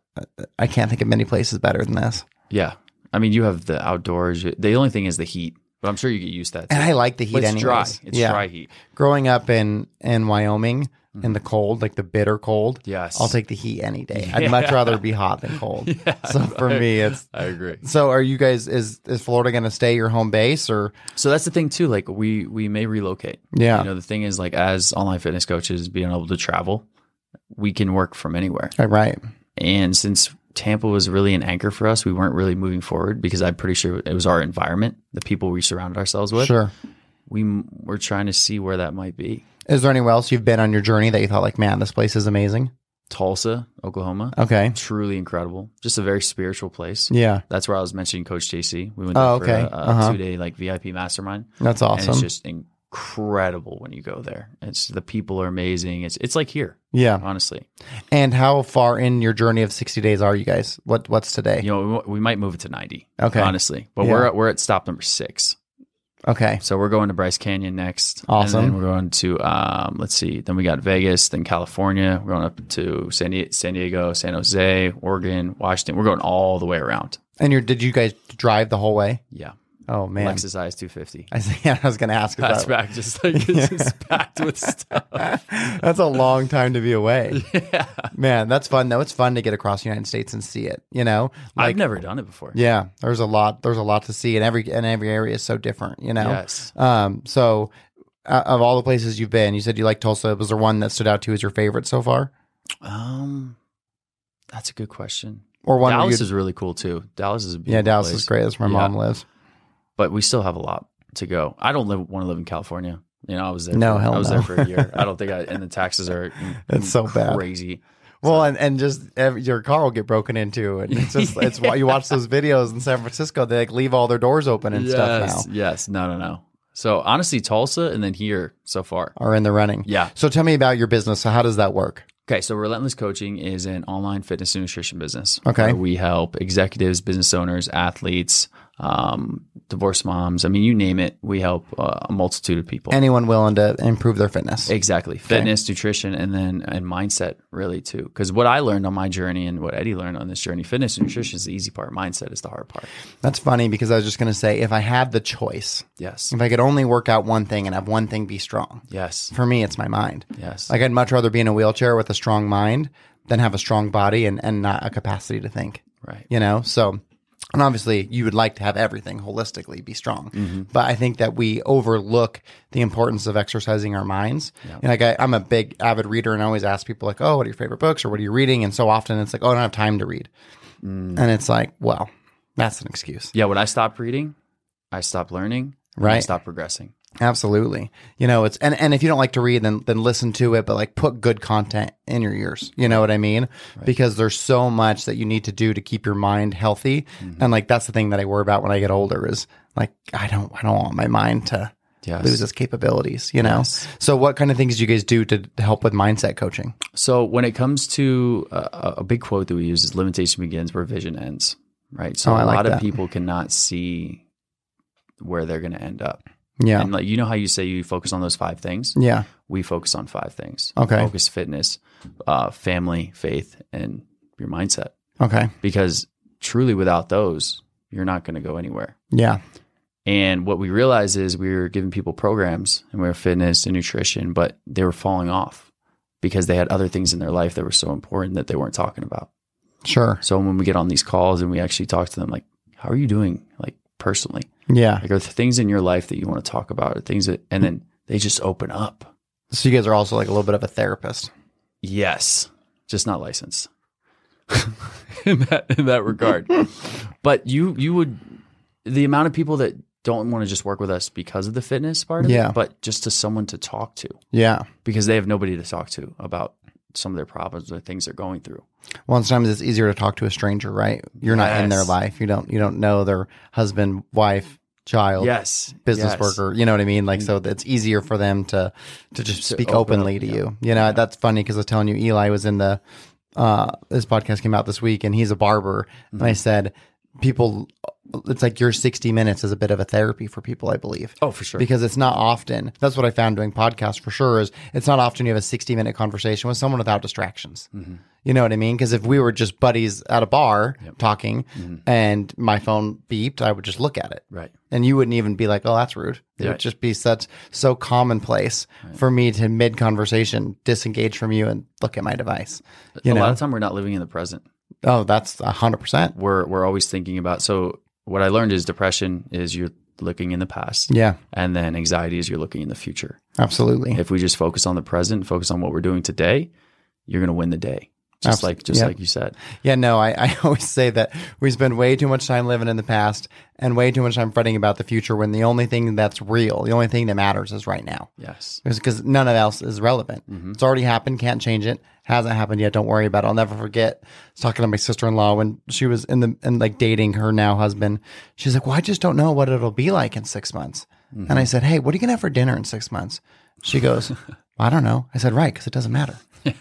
Speaker 2: i can't think of many places better than this
Speaker 3: Yeah. I mean, you have the outdoors. you- The only thing is the heat, but I'm sure you get used to that. Too.
Speaker 2: and i like the heat
Speaker 3: But it's
Speaker 2: anyways.
Speaker 3: dry. It's dry heat.
Speaker 2: growing up in in wyoming in the cold like the bitter cold
Speaker 3: Yes.
Speaker 2: i'll take the heat any day i'd much rather be hot than cold so for me it's
Speaker 3: I agree.
Speaker 2: so are you guys is is florida going to stay your home base or
Speaker 3: So that's the thing too. Like we we may relocate.
Speaker 2: Yeah.
Speaker 3: You know, the thing is like as online fitness coaches being able to travel, we can work from anywhere.
Speaker 2: Uh, right
Speaker 3: And since Tampa was really an anchor for us, we weren't really moving forward because I'm pretty sure it was our environment, the people we surrounded ourselves with.
Speaker 2: sure
Speaker 3: We m- we're trying to see where that might be.
Speaker 2: is there anywhere else you've been on your journey that you thought like man this place is amazing
Speaker 3: Tulsa, Oklahoma,
Speaker 2: okay
Speaker 3: truly incredible. Just a very spiritual place.
Speaker 2: yeah
Speaker 3: That's where I was mentioning Coach JC. We went
Speaker 2: Oh,
Speaker 3: there
Speaker 2: okay.
Speaker 3: for a, a
Speaker 2: Uh-huh.
Speaker 3: two day like VIP mastermind.
Speaker 2: that's
Speaker 3: And it's
Speaker 2: awesome
Speaker 3: just incredible when you go there. It's the people are amazing. It's it's like here,
Speaker 2: yeah
Speaker 3: honestly.
Speaker 2: And how far in your journey of 60 days are you guys? What what's today?
Speaker 3: You know, we, we might move it to ninety.
Speaker 2: Okay.
Speaker 3: honestly, but we're at, we're at stop number six.
Speaker 2: Okay.
Speaker 3: So we're going to Bryce Canyon next.
Speaker 2: Awesome.
Speaker 3: And then we're going to um, let's see. Then we got Vegas, then California. We're going up to San, Di- San Diego, San Jose, Oregon, Washington. We're going all the way around.
Speaker 2: And you did you guys drive the whole way?
Speaker 3: Yeah,
Speaker 2: Oh man.
Speaker 3: Lexus IS two fifty.
Speaker 2: I see, I was going to ask
Speaker 3: That's
Speaker 2: about
Speaker 3: back just like it's just packed with stuff.
Speaker 2: That's a long time to be away. Man, that's fun though. It's fun to get across the United States and see it, you know?
Speaker 3: I've never done it before.
Speaker 2: Yeah, there's a lot. There's a lot to see, and every and every area is so different. You know.
Speaker 3: Yes.
Speaker 2: Um. So, uh, of all the places you've been, you said you like Tulsa. Was there one that stood out to you as your favorite so far,
Speaker 3: Um, that's a good question.
Speaker 2: or one? where
Speaker 3: Dallas
Speaker 2: you-
Speaker 3: is really cool too. Dallas is a beautiful
Speaker 2: yeah, Dallas
Speaker 3: place,
Speaker 2: is great. That's where my
Speaker 3: Yeah.
Speaker 2: mom lives.
Speaker 3: but we still have a lot to go. I don't live want to live in California. You know, I was there.
Speaker 2: No,
Speaker 3: for,
Speaker 2: hell
Speaker 3: I was
Speaker 2: no.
Speaker 3: there for a year. I don't think I. And the taxes are
Speaker 2: It's so bad.
Speaker 3: crazy.
Speaker 2: Well, and, and just every, your car will get broken into, and it's just it's why you watch those videos in San Francisco. They like leave all their doors open and
Speaker 3: yes,
Speaker 2: stuff now.
Speaker 3: yes, no, no, no. So honestly, Tulsa and then here so far.
Speaker 2: Are in the running.
Speaker 3: Yeah.
Speaker 2: So tell me about your business. So how does that work?
Speaker 3: Okay, so Relentless Coaching is an online fitness and nutrition business.
Speaker 2: Okay.
Speaker 3: where we help executives, business owners, athletes, um, divorce moms. I mean, you name it. We help uh, a multitude of people.
Speaker 2: Anyone willing to improve their fitness?
Speaker 3: Exactly. Fitness, nutrition, and then and mindset really too. Because what I learned on my journey and what Eddie learned on this journey, fitness and nutrition is the easy part. Mindset is the hard part.
Speaker 2: That's funny because I was just going to say if I had the choice,
Speaker 3: Yes.
Speaker 2: if I could only work out one thing and have one thing be strong,
Speaker 3: Yes.
Speaker 2: for me it's my mind.
Speaker 3: Yes.
Speaker 2: Like I'd much rather be in a wheelchair with a strong mind than have a strong body and and not a capacity to think.
Speaker 3: Right.
Speaker 2: you know so and obviously you would like to have everything holistically be strong
Speaker 3: Mm-hmm.
Speaker 2: but i think that we overlook the importance of exercising our minds and like I, i'm a big avid reader and i always ask people like oh what are your favorite books or what are you reading and so often it's like oh i don't have time to read
Speaker 3: Mm.
Speaker 2: and it's like well that's an excuse
Speaker 3: Yeah. When I stopped reading, I stopped learning. and I
Speaker 2: Right.
Speaker 3: stopped progressing.
Speaker 2: absolutely you know it's and, and if you don't like to read then then listen to it but like put good content in your ears you know what i mean because there's so much that you need to do to keep your mind healthy
Speaker 3: Mm-hmm.
Speaker 2: and like that's the thing that i worry about when i get older is like i don't i don't want my mind to
Speaker 3: Yes.
Speaker 2: lose its capabilities you know
Speaker 3: Yes.
Speaker 2: so what kind of things do you guys do to, to help with mindset coaching
Speaker 3: So when it comes to uh, a big quote that we use is limitation begins where vision ends. Right. So
Speaker 2: Oh, I
Speaker 3: a
Speaker 2: like
Speaker 3: lot
Speaker 2: that.
Speaker 3: of people cannot see where they're going to end up.
Speaker 2: Yeah.
Speaker 3: And like you know how you say you focus on those five things?
Speaker 2: Yeah.
Speaker 3: We focus on five things.
Speaker 2: Okay.
Speaker 3: Focus fitness, uh, family, faith, and your mindset.
Speaker 2: Okay.
Speaker 3: Because truly without those, you're not gonna go anywhere.
Speaker 2: Yeah.
Speaker 3: And what we realized is we were giving people programs and we were fitness and nutrition, but they were falling off because they had other things in their life that were so important that they weren't talking about.
Speaker 2: Sure.
Speaker 3: So when we get on these calls and we actually talk to them, like, how are you doing? Like personally,
Speaker 2: Yeah.
Speaker 3: like are there things in your life that you want to talk about or things that, and then they just open up.
Speaker 2: So you guys are also like a little bit of a therapist.
Speaker 3: Yes. Just not licensed in that, in that regard. but you, you would, the amount of people that don't want to just work with us because of the fitness part of
Speaker 2: Yeah.
Speaker 3: it, but just to someone to talk to
Speaker 2: Yeah.
Speaker 3: because they have nobody to talk to about some of their problems or things they're going through.
Speaker 2: Well, and sometimes it's easier to talk to a stranger, right? You're not in their
Speaker 3: Yes.
Speaker 2: life. You don't you don't know their husband, wife, child,
Speaker 3: Yes.
Speaker 2: business
Speaker 3: yes. Mm-hmm.
Speaker 2: worker. You know what I mean? Like so, it's easier for them to to just
Speaker 3: To
Speaker 2: speak
Speaker 3: open up,
Speaker 2: openly to
Speaker 3: yeah.
Speaker 2: you. You know that's funny because I was telling you, Eli was in the uh this podcast came out this week, and he's a barber, and
Speaker 3: Mm-hmm.
Speaker 2: I said people, it's like your 60 minutes is a bit of a therapy for people, I believe.
Speaker 3: Oh, for sure.
Speaker 2: Because it's not often. That's what I found doing podcasts for sure. Is it's not often you have a sixty minute conversation with someone without distractions.
Speaker 3: Mm-hmm.
Speaker 2: You know what I mean? Because if we were just buddies at a bar talking,
Speaker 3: Mm-hmm.
Speaker 2: and my phone beeped, I would just look at it,
Speaker 3: right.
Speaker 2: and you wouldn't even be like, "Oh, that's rude." It
Speaker 3: Right.
Speaker 2: would just be such so commonplace for me to mid conversation disengage from you and look at my device. You
Speaker 3: a lot
Speaker 2: know?
Speaker 3: of time we're not living in the present.
Speaker 2: Oh, that's hundred percent.
Speaker 3: We're we're always thinking about. So what I learned is depression is you're looking in the past,
Speaker 2: Yeah,
Speaker 3: and then anxiety is you're looking in the future.
Speaker 2: absolutely.
Speaker 3: If we just focus on the present, focus on what we're doing today, you're gonna win the day. Just
Speaker 2: Abs-
Speaker 3: like just
Speaker 2: yeah.
Speaker 3: like you said.
Speaker 2: Yeah, no, I, I always say that we spend way too much time living in the past and way too much time fretting about the future when the only thing that's real, the only thing that matters is right now.
Speaker 3: Yes.
Speaker 2: Because none of else is relevant. It's already happened, can't change it. Hasn't happened yet. Don't worry about it. I'll never forget. I was talking to my sister in law when she was in the and like dating her now husband. She's like, "Well, I just don't know what it'll be like in six months." And I said, "Hey, what are you gonna have for dinner in six months?" She goes, "I don't know." I said, "Right, because it doesn't matter."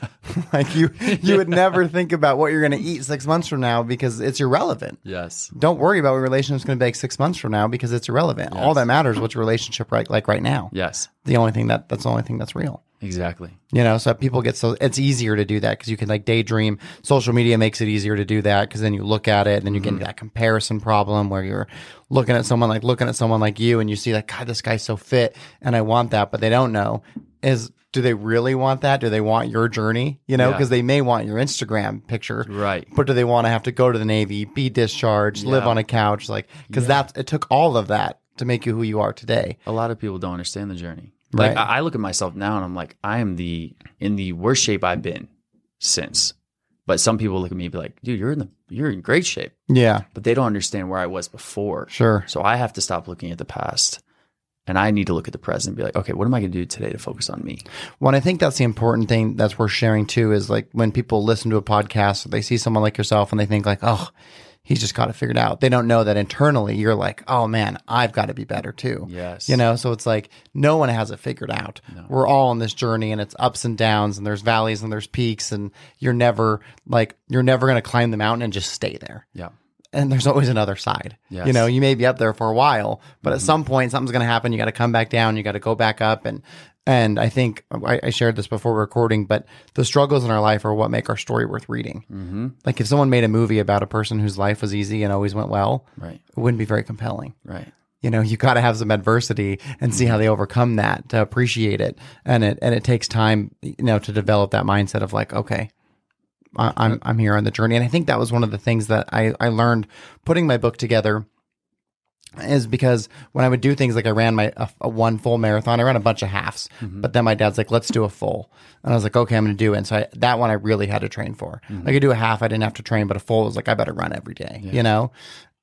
Speaker 2: like you, you would never think about what you're gonna eat six months from now because it's irrelevant
Speaker 3: Yes.
Speaker 2: don't worry about what your relationship's going to be like six months from now because it's irrelevant. All that matters is what's your relationship right like right now.
Speaker 3: Yes.
Speaker 2: The only thing that that's the only thing that's real.
Speaker 3: Exactly.
Speaker 2: You know, so people get so it's easier to do that because you can like daydream. Social media makes it easier to do that because then you look at it and then you
Speaker 3: Mm-hmm.
Speaker 2: get into that comparison problem where you're looking at someone like looking at someone like you and you see like God, this guy's so fit and I want that, but they don't know is do they really want that? Do they want your journey? You know,
Speaker 3: Yeah.
Speaker 2: because they may want your Instagram picture,
Speaker 3: Right.
Speaker 2: but do they want to have to go to the Navy, be discharged, live
Speaker 3: Yeah.
Speaker 2: on a couch? Like, because that's it took all of that to make you who you are today.
Speaker 3: A lot of people don't understand the journey.
Speaker 2: Right.
Speaker 3: Like I I look at myself now and I'm like, I am the in the worst shape I've been since. But some people look at me and be like, dude, you're in the you're in great shape.
Speaker 2: Yeah,
Speaker 3: But they don't understand where I was before.
Speaker 2: sure.
Speaker 3: So I have to stop looking at the past and I need to look at the present and be like, okay, what am I going to do today to focus on me?
Speaker 2: Well, and I think that's the important thing that's worth sharing too is like when people listen to a podcast, they see someone like yourself and they think like, oh, he's just got it figured out. They don't know that internally you're like, oh man, I've got to be better too.
Speaker 3: Yes.
Speaker 2: You know, so it's like no one has it figured out. We're all on this journey and it's ups and downs and there's valleys and there's peaks and you're never like you're never going to climb the mountain and just stay there.
Speaker 3: Yeah.
Speaker 2: and there's always another side.
Speaker 3: Yes.
Speaker 2: You know, you may be up there for a while, but at some point something's going to happen. You got to come back down. You got to go back up. And and I think I, I shared this before recording, but the struggles in our life are what make our story worth reading. Mm-hmm. Like if someone made a movie about a person whose life was easy and always went well,
Speaker 3: Right.
Speaker 2: it wouldn't be very compelling.
Speaker 3: Right.
Speaker 2: You know, you got to have some adversity and see how they overcome that to appreciate it. And it and it takes time, you know, to develop that mindset of like, okay, I, I'm I'm here on the journey. And I think that was one of the things that I I learned putting my book together is because when I would do things like I ran my a, a one full marathon, I ran a bunch of halves, but then my dad's like, "Let's do a full," and I was like, "Okay, I'm going to do it." And so I, that one I really had to train for. I could do a half, I didn't have to train, but a full was like, I better run every day, you know.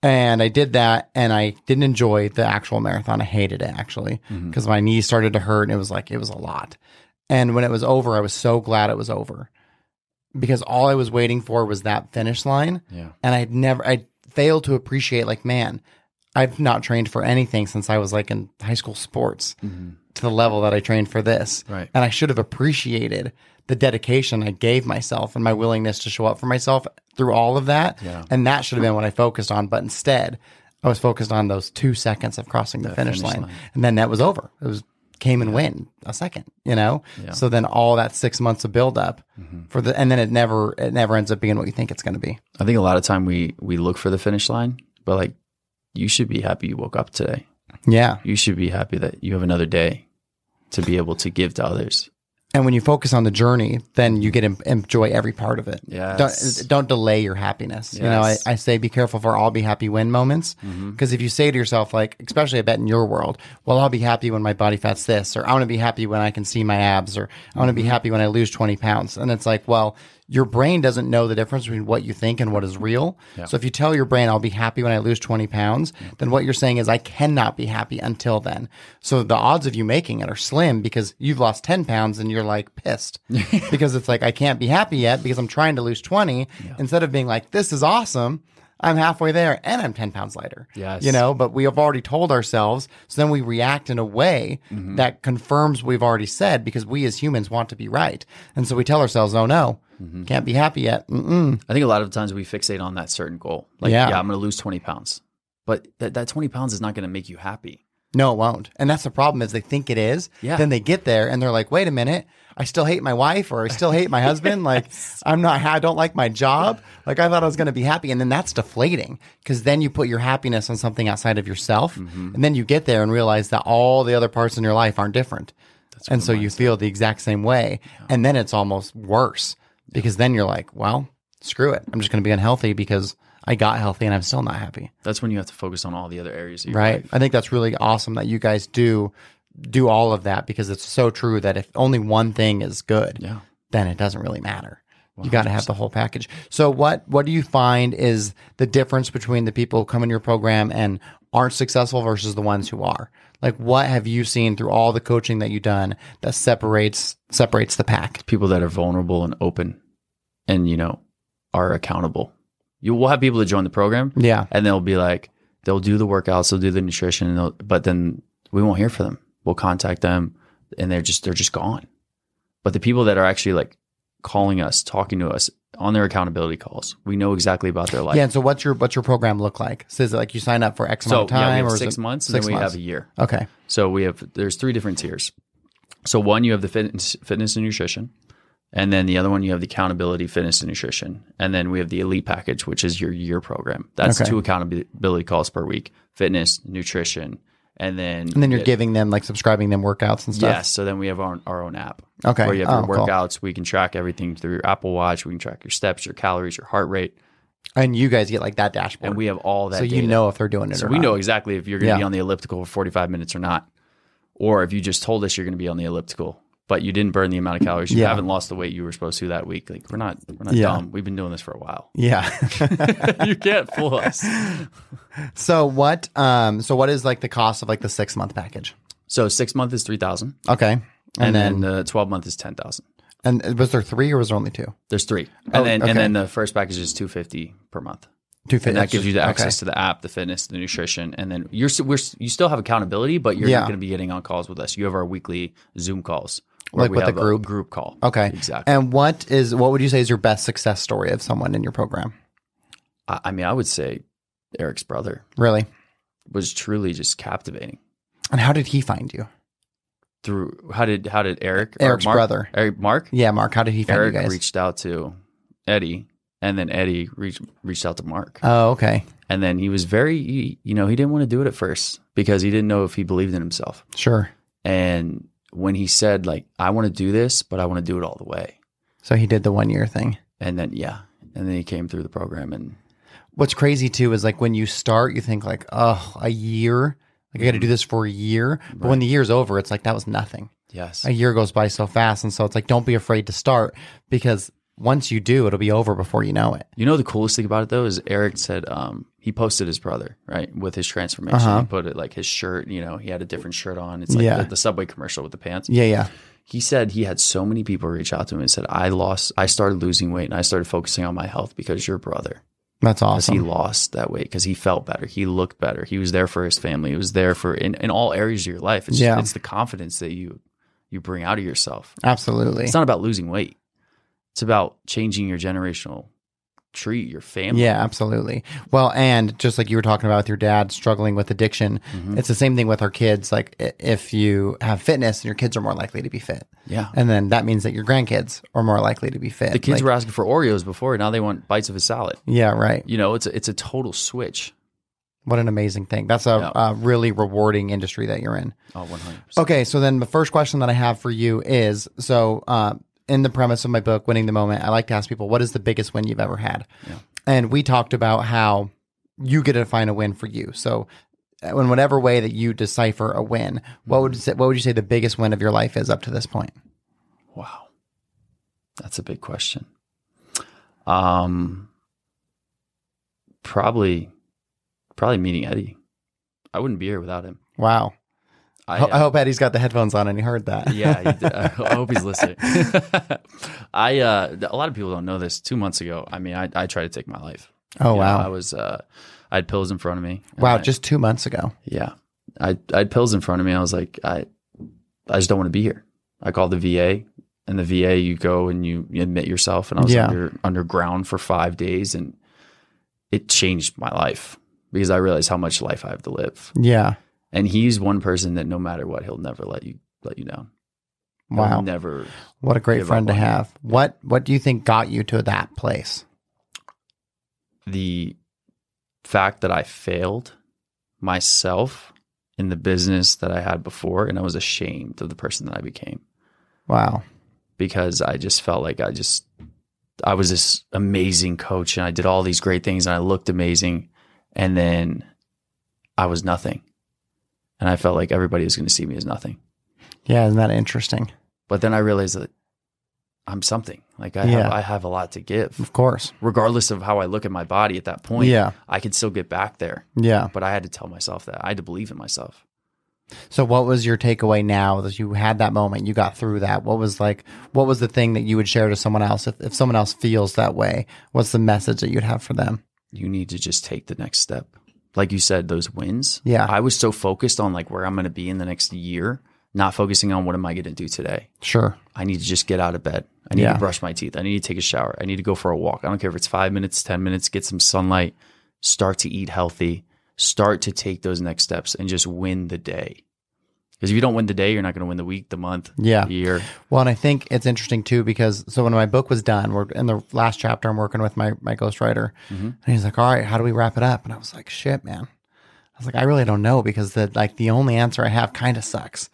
Speaker 2: And I did that, and I didn't enjoy the actual marathon. I hated it actually because my knee started to hurt, and it was like it was a lot. And when it was over, I was so glad it was over because all I was waiting for was that finish line
Speaker 3: Yeah.
Speaker 2: and I'd never I failed to appreciate like man, I've not trained for anything since I was like in high school sports to the level that I trained for this.
Speaker 3: Mm-hmm. Right.
Speaker 2: And I should have appreciated the dedication I gave myself and my willingness to show up for myself through all of that.
Speaker 3: Yeah.
Speaker 2: And that should have been what I focused on, but instead I was focused on those two seconds of crossing the, finish,
Speaker 3: finish
Speaker 2: line.
Speaker 3: line.
Speaker 2: and then that was over. It was came and win a second, you know.
Speaker 3: Yeah.
Speaker 2: So then all that six months of buildup for the, and then it never it never ends up being what you think it's going to be.
Speaker 3: I think a lot of time we we look for the finish line, but like you should be happy you woke up today.
Speaker 2: Yeah.
Speaker 3: You should be happy that you have another day to be able to give to others.
Speaker 2: And when you focus on the journey, then you get em- enjoy every part of it.
Speaker 3: Yes.
Speaker 2: Don't, don't delay your happiness. You know, I,
Speaker 3: Yes. Mm-hmm.
Speaker 2: I say be careful for all be happy when moments. Because if you say to yourself, like, especially I bet in your world, well, I'll be happy when my body fat's this, or I want to be happy when I can see my abs, or I want to be
Speaker 3: Mm-hmm.
Speaker 2: happy when I lose 20 pounds. And it's like, well, your brain doesn't know the difference between what you think and what is real. So if you tell your brain, I'll be happy when I lose 20 pounds, then what you're saying is, I cannot be happy until then. So the odds of you making it are slim because you've lost 10 pounds and you're like pissed because it's like, I can't be happy yet because I'm trying to lose 20 instead of being like, this is awesome. I'm halfway there and I'm 10 pounds lighter.
Speaker 3: Yes.
Speaker 2: You know, but we have already told ourselves. So then we react in a way that confirms what we've already said because we as humans want to be right. And so we tell ourselves, oh no, can't be happy yet. Mm-mm.
Speaker 3: I think a lot of times we fixate on that certain goal. Like,
Speaker 2: Yeah.
Speaker 3: yeah, I'm going to lose 20 pounds. But that, that 20 pounds is not going to make you happy.
Speaker 2: No, it won't. And that's the problem is they think it is.
Speaker 3: Yeah.
Speaker 2: Then they get there and they're like, wait a minute. I still hate my wife or I still hate my husband. Like I'm not, I don't like my job. Like I thought I was going to be happy. And then that's deflating because then you put your happiness on something outside of yourself. And then you get there and realize that all the other parts in your life aren't different. and so you feel the exact same way. And then it's almost worse because then you're like, well, screw it. I'm just going to be unhealthy because I got healthy and I'm still not happy
Speaker 3: That's when you have to focus on all the other areas. Of your
Speaker 2: right
Speaker 3: life.
Speaker 2: i think that's really awesome that you guys do do all of that because it's so true that if only one thing is good
Speaker 3: Yeah.
Speaker 2: then it doesn't really matter you got to have the whole package so what what do you find is the difference between the people who come in your program and aren't successful versus the ones who are like what have you seen through all the coaching that you've done that separates separates the pack
Speaker 3: People that are vulnerable and open and, you know, are accountable. You will have people that join the program
Speaker 2: yeah
Speaker 3: and they'll be like, they'll do the workouts, they'll do the nutrition, and they'll, but then we won't hear from them. We'll contact them and they're just, they're just gone. But the people that are actually like calling us, talking to us on their accountability calls, we know exactly about their life.
Speaker 2: yeah and so what's your what's your program look like so is it like you sign up for x
Speaker 3: So
Speaker 2: amount of time
Speaker 3: yeah, we
Speaker 2: or
Speaker 3: have
Speaker 2: is
Speaker 3: six
Speaker 2: it-
Speaker 3: months,
Speaker 2: six
Speaker 3: and then we
Speaker 2: months.
Speaker 3: have a year.
Speaker 2: okay
Speaker 3: So we have there's three different tiers. So one you have the fitness, fitness and nutrition, and then the other one you have the accountability, fitness and nutrition, and then we have the elite package, which is your year program. That's
Speaker 2: Okay.
Speaker 3: two accountability calls per week: fitness, nutrition, and then
Speaker 2: and then you're giving them like subscribing them workouts and stuff
Speaker 3: Yes. So then we have our, our own app.
Speaker 2: Okay.
Speaker 3: Where you have your
Speaker 2: Oh, cool.
Speaker 3: workouts. We can track everything through your Apple Watch. We can track your steps, your calories, your heart rate.
Speaker 2: And you guys get like that dashboard.
Speaker 3: And we have all that
Speaker 2: so you
Speaker 3: data.
Speaker 2: know if they're doing it
Speaker 3: So
Speaker 2: or
Speaker 3: we
Speaker 2: not.
Speaker 3: know exactly if you're going to be
Speaker 2: Yeah.
Speaker 3: on the elliptical for 45 minutes or not, or if you just told us you're going to be on the elliptical, but you didn't burn the amount of calories, you
Speaker 2: Yeah.
Speaker 3: haven't lost the weight you were supposed to that week. Like we're not, we're not
Speaker 2: Yeah.
Speaker 3: dumb. We've been doing this for a while.
Speaker 2: Yeah.
Speaker 3: you can't fool us.
Speaker 2: so what um so what is like the cost of like the six month package?
Speaker 3: So six month is three thousand,
Speaker 2: Okay. And,
Speaker 3: and,
Speaker 2: then,
Speaker 3: then the twelve month is ten thousand.
Speaker 2: and was there three or was there only two?
Speaker 3: There's three, and
Speaker 2: Oh,
Speaker 3: then
Speaker 2: okay.
Speaker 3: and then the first package is two fifty per month.
Speaker 2: Two
Speaker 3: And that gives you the
Speaker 2: okay.
Speaker 3: access to the app, the fitness, the nutrition, and then you're s- we're, s- you still have accountability, but you're
Speaker 2: Yeah.
Speaker 3: not going to be getting on calls with us. You have our weekly Zoom calls, where
Speaker 2: Like
Speaker 3: we
Speaker 2: with the
Speaker 3: have a
Speaker 2: group?
Speaker 3: group call.
Speaker 2: Okay.
Speaker 3: exactly.
Speaker 2: And what is what would you say is your best success story of someone in your program?
Speaker 3: I, I mean, I would say Eric's brother
Speaker 2: Really?
Speaker 3: was truly just captivating.
Speaker 2: And how did he find you?
Speaker 3: Through how did how did Eric or
Speaker 2: Eric's
Speaker 3: Mark-
Speaker 2: brother.
Speaker 3: Eric Mark
Speaker 2: Yeah, Mark, how did he find
Speaker 3: Eric
Speaker 2: you guys?
Speaker 3: reached out to Eddie, and then Eddie reached reached out to Mark,
Speaker 2: oh, okay.
Speaker 3: and then he was very he- you know he didn't want to do it at first because he didn't know if he believed in himself.
Speaker 2: Sure.
Speaker 3: And when he said like I want to do this, but I want to do it all the way,
Speaker 2: So he did the one year thing.
Speaker 3: and then yeah, and then he came through the program and
Speaker 2: What's crazy too is like when you start, you think like, oh, a year. Like I got to do
Speaker 3: Mm-hmm.
Speaker 2: this for a year. But when the year's over, it's like that was nothing.
Speaker 3: yes,
Speaker 2: A year goes by so fast, and so it's like don't be afraid to start because once you do, it'll be over before you know it.
Speaker 3: You know the coolest thing about it though is Eric said um, he posted his brother right with his transformation. He put it like his shirt. You know he had a different shirt on. It's like
Speaker 2: Uh-huh. Yeah.
Speaker 3: the, the subway commercial with the pants.
Speaker 2: Yeah, yeah,
Speaker 3: He said he had so many people reach out to him and said I lost. I started losing weight and I started focusing on my health because your brother.
Speaker 2: that's
Speaker 3: Because he
Speaker 2: awesome.
Speaker 3: lost that weight because he felt better. He looked better. He was there for his family. He was there for in, in all areas of your life. It's,
Speaker 2: Yeah.
Speaker 3: just, it's the confidence that you you bring out of yourself.
Speaker 2: Absolutely.
Speaker 3: It's not about losing weight. It's about changing your generational treat your family.
Speaker 2: Yeah, absolutely. Well, and just like you were talking about with your dad struggling with addiction,
Speaker 3: Mm-hmm.
Speaker 2: it's the same thing with our kids. Like i- if you have fitness, your kids are more likely to be fit.
Speaker 3: Yeah.
Speaker 2: And then that means that your grandkids are more likely to be fit.
Speaker 3: The kids
Speaker 2: Like-
Speaker 3: were asking for Oreos before, now they want bites of a salad.
Speaker 2: Yeah, right.
Speaker 3: You know, it's a, it's a total switch.
Speaker 2: What an amazing thing. That's a, a really rewarding industry that you're in.
Speaker 3: Oh, 100 percent
Speaker 2: Okay, so then the first question that I have for you is so uh, in the premise of my book, Winning the Moment, I like to ask people, what is the biggest win you've ever had? And we talked about how you get to define a win for you. So uh, in whatever way that you decipher a win, what
Speaker 3: Hmm.
Speaker 2: would you say, what would you say the biggest win of your life is up to this point?
Speaker 3: Wow. That's a big question. Um probably probably meeting Eddie. I wouldn't be here without him.
Speaker 2: Wow.
Speaker 3: I,
Speaker 2: Ho- I,
Speaker 3: uh,
Speaker 2: hope Eddie's got the headphones on and he heard that.
Speaker 3: yeah, he did. I hope he's listening. I uh, a lot of people don't know this. Two months ago, I mean, I, I tried to take my life.
Speaker 2: oh,
Speaker 3: You know, I
Speaker 2: wow.
Speaker 3: was uh, I had pills in front of me. and
Speaker 2: Wow,
Speaker 3: I-
Speaker 2: just two months ago.
Speaker 3: yeah, I I had pills in front of me. I was like, I I just don't want to be here. I called the VA, and the VA, you go and you admit yourself, and I was
Speaker 2: Yeah.
Speaker 3: under, underground for five days, and it changed my life because I realized how much life I have to live.
Speaker 2: Yeah.
Speaker 3: And he's one person that no matter what, he'll never let you let you down. He'll
Speaker 2: Wow.
Speaker 3: never
Speaker 2: What a great
Speaker 3: give up
Speaker 2: friend to
Speaker 3: on you.
Speaker 2: have. What what do you think got you to that place?
Speaker 3: the fact that I failed myself in the business that I had before, and I was ashamed of the person that I became
Speaker 2: Wow.
Speaker 3: because I just felt like I just I was this amazing coach and I did all these great things and I looked amazing, and then I was nothing, and I felt like everybody was going to see me as nothing.
Speaker 2: Yeah, isn't that interesting?
Speaker 3: But then I realized that I'm something. Like I have,
Speaker 2: Yeah.
Speaker 3: I have a lot to give,
Speaker 2: Of course.
Speaker 3: regardless of how I look at my body at that point.
Speaker 2: Yeah.
Speaker 3: I could still get back there.
Speaker 2: Yeah.
Speaker 3: but I had to tell myself that I had to believe in myself.
Speaker 2: So what was your takeaway now that you had that moment, you got through that? What was like what was the thing that you would share to someone else if, if someone else feels that way? What's the message that you'd have for them?
Speaker 3: You need to just take the next step. Like you said, those wins.
Speaker 2: Yeah.
Speaker 3: I was so focused on like where I'm going to be in the next year, not focusing on what am I going to do today.
Speaker 2: Sure.
Speaker 3: I need to just get out of bed. I need
Speaker 2: Yeah.
Speaker 3: to brush my teeth. I need to take a shower. I need to go for a walk. I don't care if it's five minutes, 10 minutes, get some sunlight, start to eat healthy, start to take those next steps and just win the day. Because if you don't win the day, you're not going to win the week, the month,
Speaker 2: Yeah.
Speaker 3: the year.
Speaker 2: Well, and I think it's interesting too because so when my book was done, we're in the last chapter. I'm working with my my ghostwriter, and he's like, "All right, how do we wrap it up?" And I was like, "Shit, man." I was like, "I really don't know because the like the only answer I have kind of sucks."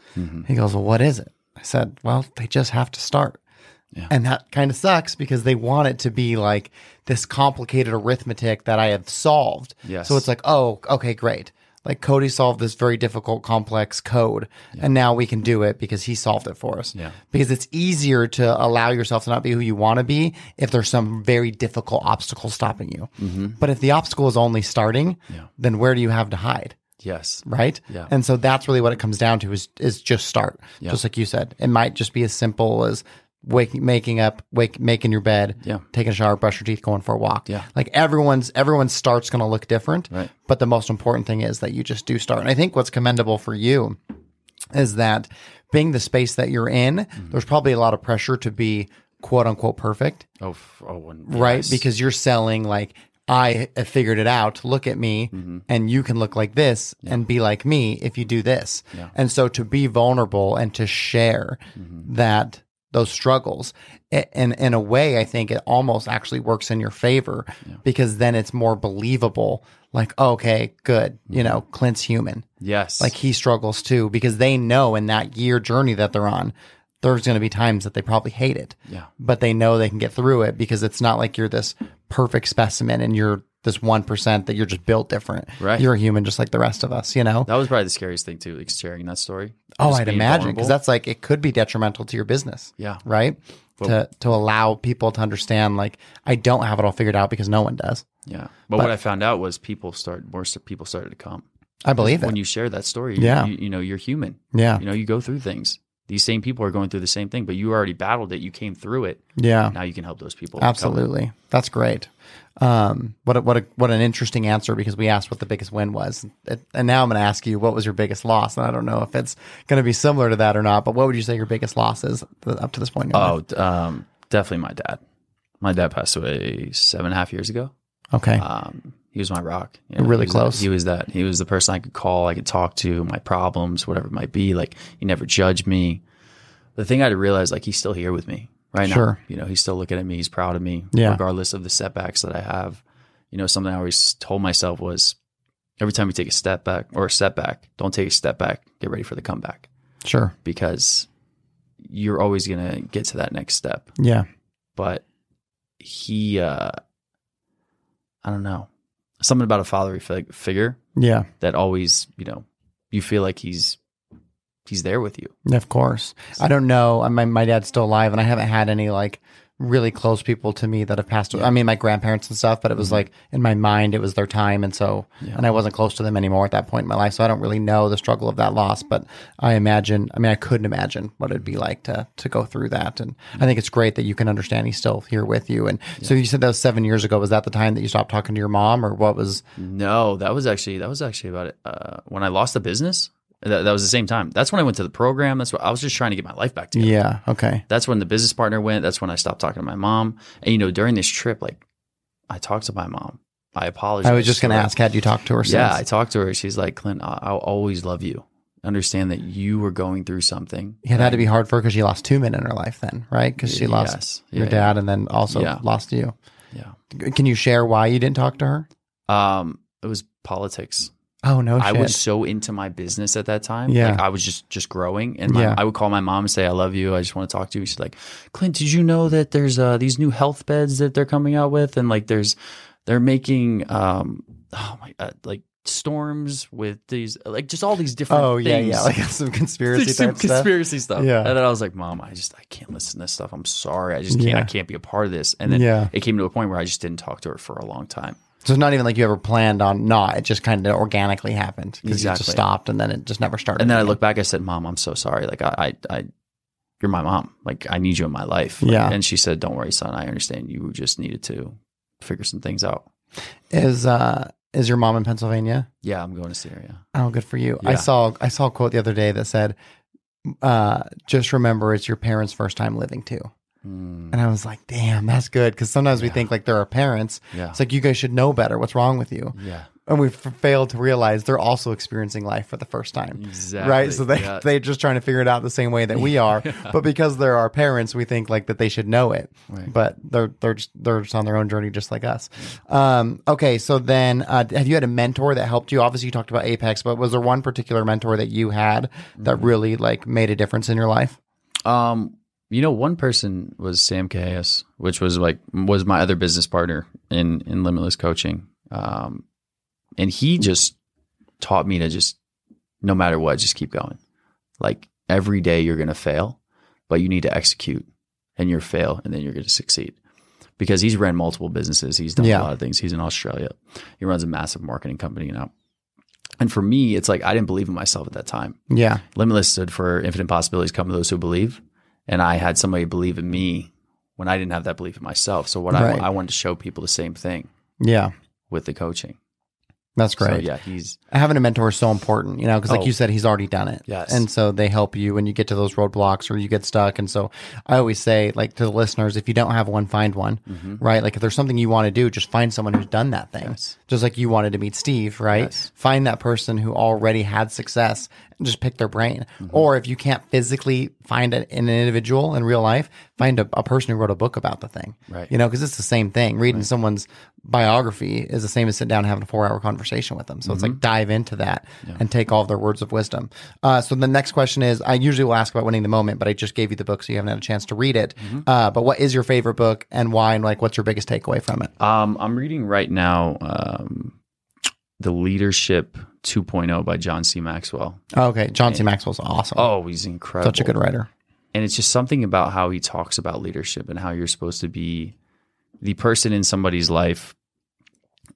Speaker 2: He goes, "Well, what is it?" I said, "Well, they just have to start." And that kind of sucks because they want it to be like this complicated arithmetic that I have solved.
Speaker 3: Yes.
Speaker 2: So it's like, oh, okay, great. Like Cody solved this very difficult, complex code, and now we can do it because he solved it for us.
Speaker 3: Yeah.
Speaker 2: Because it's easier to allow yourself to not be who you want to be if there's some very difficult obstacle stopping you. But if the obstacle is only starting, then where do you have to hide?
Speaker 3: Yes.
Speaker 2: right?
Speaker 3: Yeah.
Speaker 2: And so that's really what it comes down to is is just start.
Speaker 3: Yeah.
Speaker 2: Just like you said, it might just be as simple as waking, making up, wake, making your bed,
Speaker 3: Yeah.
Speaker 2: taking a shower, brush your teeth, going for a walk.
Speaker 3: Yeah.
Speaker 2: Like everyone's everyone's start's going to look different,
Speaker 3: Right.
Speaker 2: but the most important thing is that you just do start. And I think what's commendable for you is that being the space that you're in,
Speaker 3: Mm-hmm.
Speaker 2: there's probably a lot of pressure to be quote unquote perfect
Speaker 3: Oh, f- oh, one,
Speaker 2: right?
Speaker 3: yes.
Speaker 2: Because you're selling like I have figured it out. Look at me, and you can look like this and be like me if you do this. And so to be vulnerable and to share that those struggles, i- in in a way, I think it almost actually works in your favor because then it's more believable. Like, oh, okay, good, you know, Clint's human
Speaker 3: yes.
Speaker 2: like he struggles too because they know in that year journey that they're on there's going to be times that they probably hate it
Speaker 3: Yeah.
Speaker 2: but they know they can get through it because it's not like you're this perfect specimen and you're this 1% that you're just built different
Speaker 3: Right.
Speaker 2: you're a human just like the rest of us you know
Speaker 3: That was probably the scariest thing too, like sharing that story.
Speaker 2: oh
Speaker 3: Just
Speaker 2: i'd
Speaker 3: being
Speaker 2: imagine because
Speaker 3: vulnerable.
Speaker 2: that's like it could be detrimental to your business
Speaker 3: yeah,
Speaker 2: right to to allow people to understand like i don't have it all figured out because no one does
Speaker 3: yeah. But, what I found out was people started more so people started to come
Speaker 2: i believe it
Speaker 3: when you share that story. you-
Speaker 2: Yeah.
Speaker 3: you, you know you're human.
Speaker 2: yeah
Speaker 3: You know you go through things. These same people are going through the same thing, but you already battled it. You came through it.
Speaker 2: yeah
Speaker 3: Now you can help those people.
Speaker 2: Absolutely, that's great. Um, what a, what a, what an interesting answer because we asked what the biggest win was, It- and now I'm going to ask you what was your biggest loss, and I don't know if it's going to be similar
Speaker 3: Uh,
Speaker 2: to that or not. But what would you say your biggest loss is th- up to this point? In your life?
Speaker 3: Oh, d- um, definitely my dad. My dad passed away seven and a half years ago.
Speaker 2: Okay.
Speaker 3: Um, he was my rock. You
Speaker 2: Really
Speaker 3: he was that-
Speaker 2: close.
Speaker 3: he was that. He was the person I could call, I could talk to, my problems, whatever it might be. Like he never judged me. The thing I had to realize, like he's still here with me right
Speaker 2: Sure.
Speaker 3: now. You know, he's still looking at me. He's proud of me,
Speaker 2: Yeah.
Speaker 3: regardless of the setbacks that I have. You know, something I always told myself was, every time you take a step back or a setback, don't take a step back. Get ready for the comeback
Speaker 2: sure.
Speaker 3: because you're always gonna get to that next step
Speaker 2: Yeah.
Speaker 3: but he uh i don't know something about a father fig- figure
Speaker 2: Yeah.
Speaker 3: that always you know you feel like he's he's there with you
Speaker 2: Of course. I don't know. I- My, my dad's still alive, and I haven't had any like really close people to me that have passed away. I mean, my grandparents and stuff, but it
Speaker 3: Mm-hmm.
Speaker 2: was like in my mind, it was their time. And so, and I wasn't close to them anymore at that point in my life. So I don't really know the struggle of that loss, but I imagine, I mean, I couldn't imagine what it'd be like to, to go through that. And I think it's great that you can understand he's still here with you. And so you said that was seven years ago. Was that the time that you stopped talking to your mom or what was,
Speaker 3: no that was actually that was actually about it uh when i lost the business that, that was the same time that's when i went to the program that's what i was just trying to get my life back together
Speaker 2: yeah. Okay.
Speaker 3: that's when the business partner went that's when i stopped talking to my mom and you know during this trip like i talked to my mom i apologized
Speaker 2: I was just going to
Speaker 3: to her.
Speaker 2: ask, had you talked to her since?
Speaker 3: Yeah, I talked to her. She's like, Clint, I- I'll always love you. Understand that you were going through something.
Speaker 2: Yeah, it had to be hard for her because she lost two men in her life then, right? Because she lost
Speaker 3: Yes.
Speaker 2: your
Speaker 3: Yeah,
Speaker 2: dad and then also
Speaker 3: Yeah.
Speaker 2: lost you.
Speaker 3: Yeah.
Speaker 2: Can you share why you didn't talk to her?
Speaker 3: Um, it was politics.
Speaker 2: Oh no,
Speaker 3: I
Speaker 2: shit.
Speaker 3: was so into my business at that time.
Speaker 2: Yeah.
Speaker 3: Like I was just just growing. And my,
Speaker 2: Yeah.
Speaker 3: I would call my mom and say, I love you. I just want to talk to you. She's like, Clint, did you know that there's uh, these new health beds that they're coming out with? And like there's they're making um oh my god, like storms with these like just all these different
Speaker 2: oh
Speaker 3: things.
Speaker 2: yeah, yeah, like some conspiracy
Speaker 3: There's some
Speaker 2: type stuff.
Speaker 3: conspiracy stuff.
Speaker 2: Yeah.
Speaker 3: And then I was like, Mom, I just I can't listen to this stuff. I'm sorry. I just can't
Speaker 2: Yeah.
Speaker 3: I can't be a part of this. And then
Speaker 2: Yeah.
Speaker 3: it came to a point where I just didn't talk to her for a long time.
Speaker 2: So it's not even like you ever planned on not. It just kind of organically happened because you just
Speaker 3: Exactly.
Speaker 2: stopped and then it just never started.
Speaker 3: And then I
Speaker 2: again.
Speaker 3: look back, I said, Mom, I'm so sorry. Like I I, I you're my mom. Like I need you in my life. Like,
Speaker 2: Yeah.
Speaker 3: And she said, Don't worry, son, I understand. You just needed to figure some things out.
Speaker 2: is uh is your mom in Pennsylvania?
Speaker 3: Yeah, I'm going to Syria.
Speaker 2: Oh, good for you. I
Speaker 3: Yeah.
Speaker 2: saw I saw a quote the other day that said, uh, "Just remember, it's your parents' first time living too."
Speaker 3: Mm,
Speaker 2: And I was like, "Damn, that's good." Because sometimes we
Speaker 3: Yeah.
Speaker 2: think like they're our parents.
Speaker 3: yeah.
Speaker 2: It's like you guys should know better. What's wrong with you?
Speaker 3: yeah.
Speaker 2: and we f- failed to realize they're also experiencing life for the first time
Speaker 3: Exactly.
Speaker 2: right so they,
Speaker 3: Yeah.
Speaker 2: they're just trying to figure it out the same way that we are but because they're our parents we think like that they should know it
Speaker 3: Right.
Speaker 2: but they're they're just, they're just on their own journey just like us um, okay so then uh, have you had a mentor that helped you obviously you talked about apex but was there one particular mentor that you had that
Speaker 3: Mm-hmm.
Speaker 2: really like made a difference in your life
Speaker 3: Um, you know, one person was Sam Cahas, which was like was my other business partner in in Limitless Coaching. Um, and he just taught me to just no matter what, just keep going. Like every day you're gonna fail, but you need to execute, and you're fail, and then you're gonna succeed. Because he's ran multiple businesses, he's done
Speaker 2: Yeah.
Speaker 3: a lot of things. He's in Australia, he runs a massive marketing company now. And for me, it's like I didn't believe in myself at that time.
Speaker 2: yeah
Speaker 3: Limitless stood for infinite possibilities come to those who believe. And I had somebody believe in me when I didn't have that belief in myself. So what
Speaker 2: Right.
Speaker 3: I, I wanted to show people the same thing
Speaker 2: yeah
Speaker 3: with the coaching.
Speaker 2: that's great
Speaker 3: So yeah, he's
Speaker 2: having a mentor is so important, you know, because like
Speaker 3: Oh.
Speaker 2: you said, he's already done it.
Speaker 3: Yes.
Speaker 2: And so they help you when you get to those roadblocks or you get stuck. And so I always say, like, to the listeners, if you don't have one, find one,
Speaker 3: Mm-hmm.
Speaker 2: right? Like, if there's something you want to do, just find someone who's done that thing. Just like you wanted to meet Steve, right?
Speaker 3: Yes.
Speaker 2: Find that person who already had success and just pick their brain.
Speaker 3: Mm-hmm.
Speaker 2: Or if you can't physically find an, an individual in real life, find a, a person who wrote a book about the thing,
Speaker 3: Right.
Speaker 2: You know, because it's the same thing. Reading someone's biography is the same as sitting down and having a four hour conversation with them. So it's
Speaker 3: Mm-hmm.
Speaker 2: like dive into that and take all of their words of wisdom. Uh, so the next question is I usually will ask about winning the moment, but I just gave you the book so you haven't had a chance to read it.
Speaker 3: Mm-hmm.
Speaker 2: Uh, but what is your favorite book and why? And like, what's your biggest takeaway from it?
Speaker 3: um, I'm reading right now um, The Leadership 2.0 by John C. Maxwell.
Speaker 2: Okay. John C. Maxwell's awesome.
Speaker 3: Oh, he's incredible.
Speaker 2: Such a good writer.
Speaker 3: and it's just something about how he talks about leadership and how you're supposed to be the person in somebody's life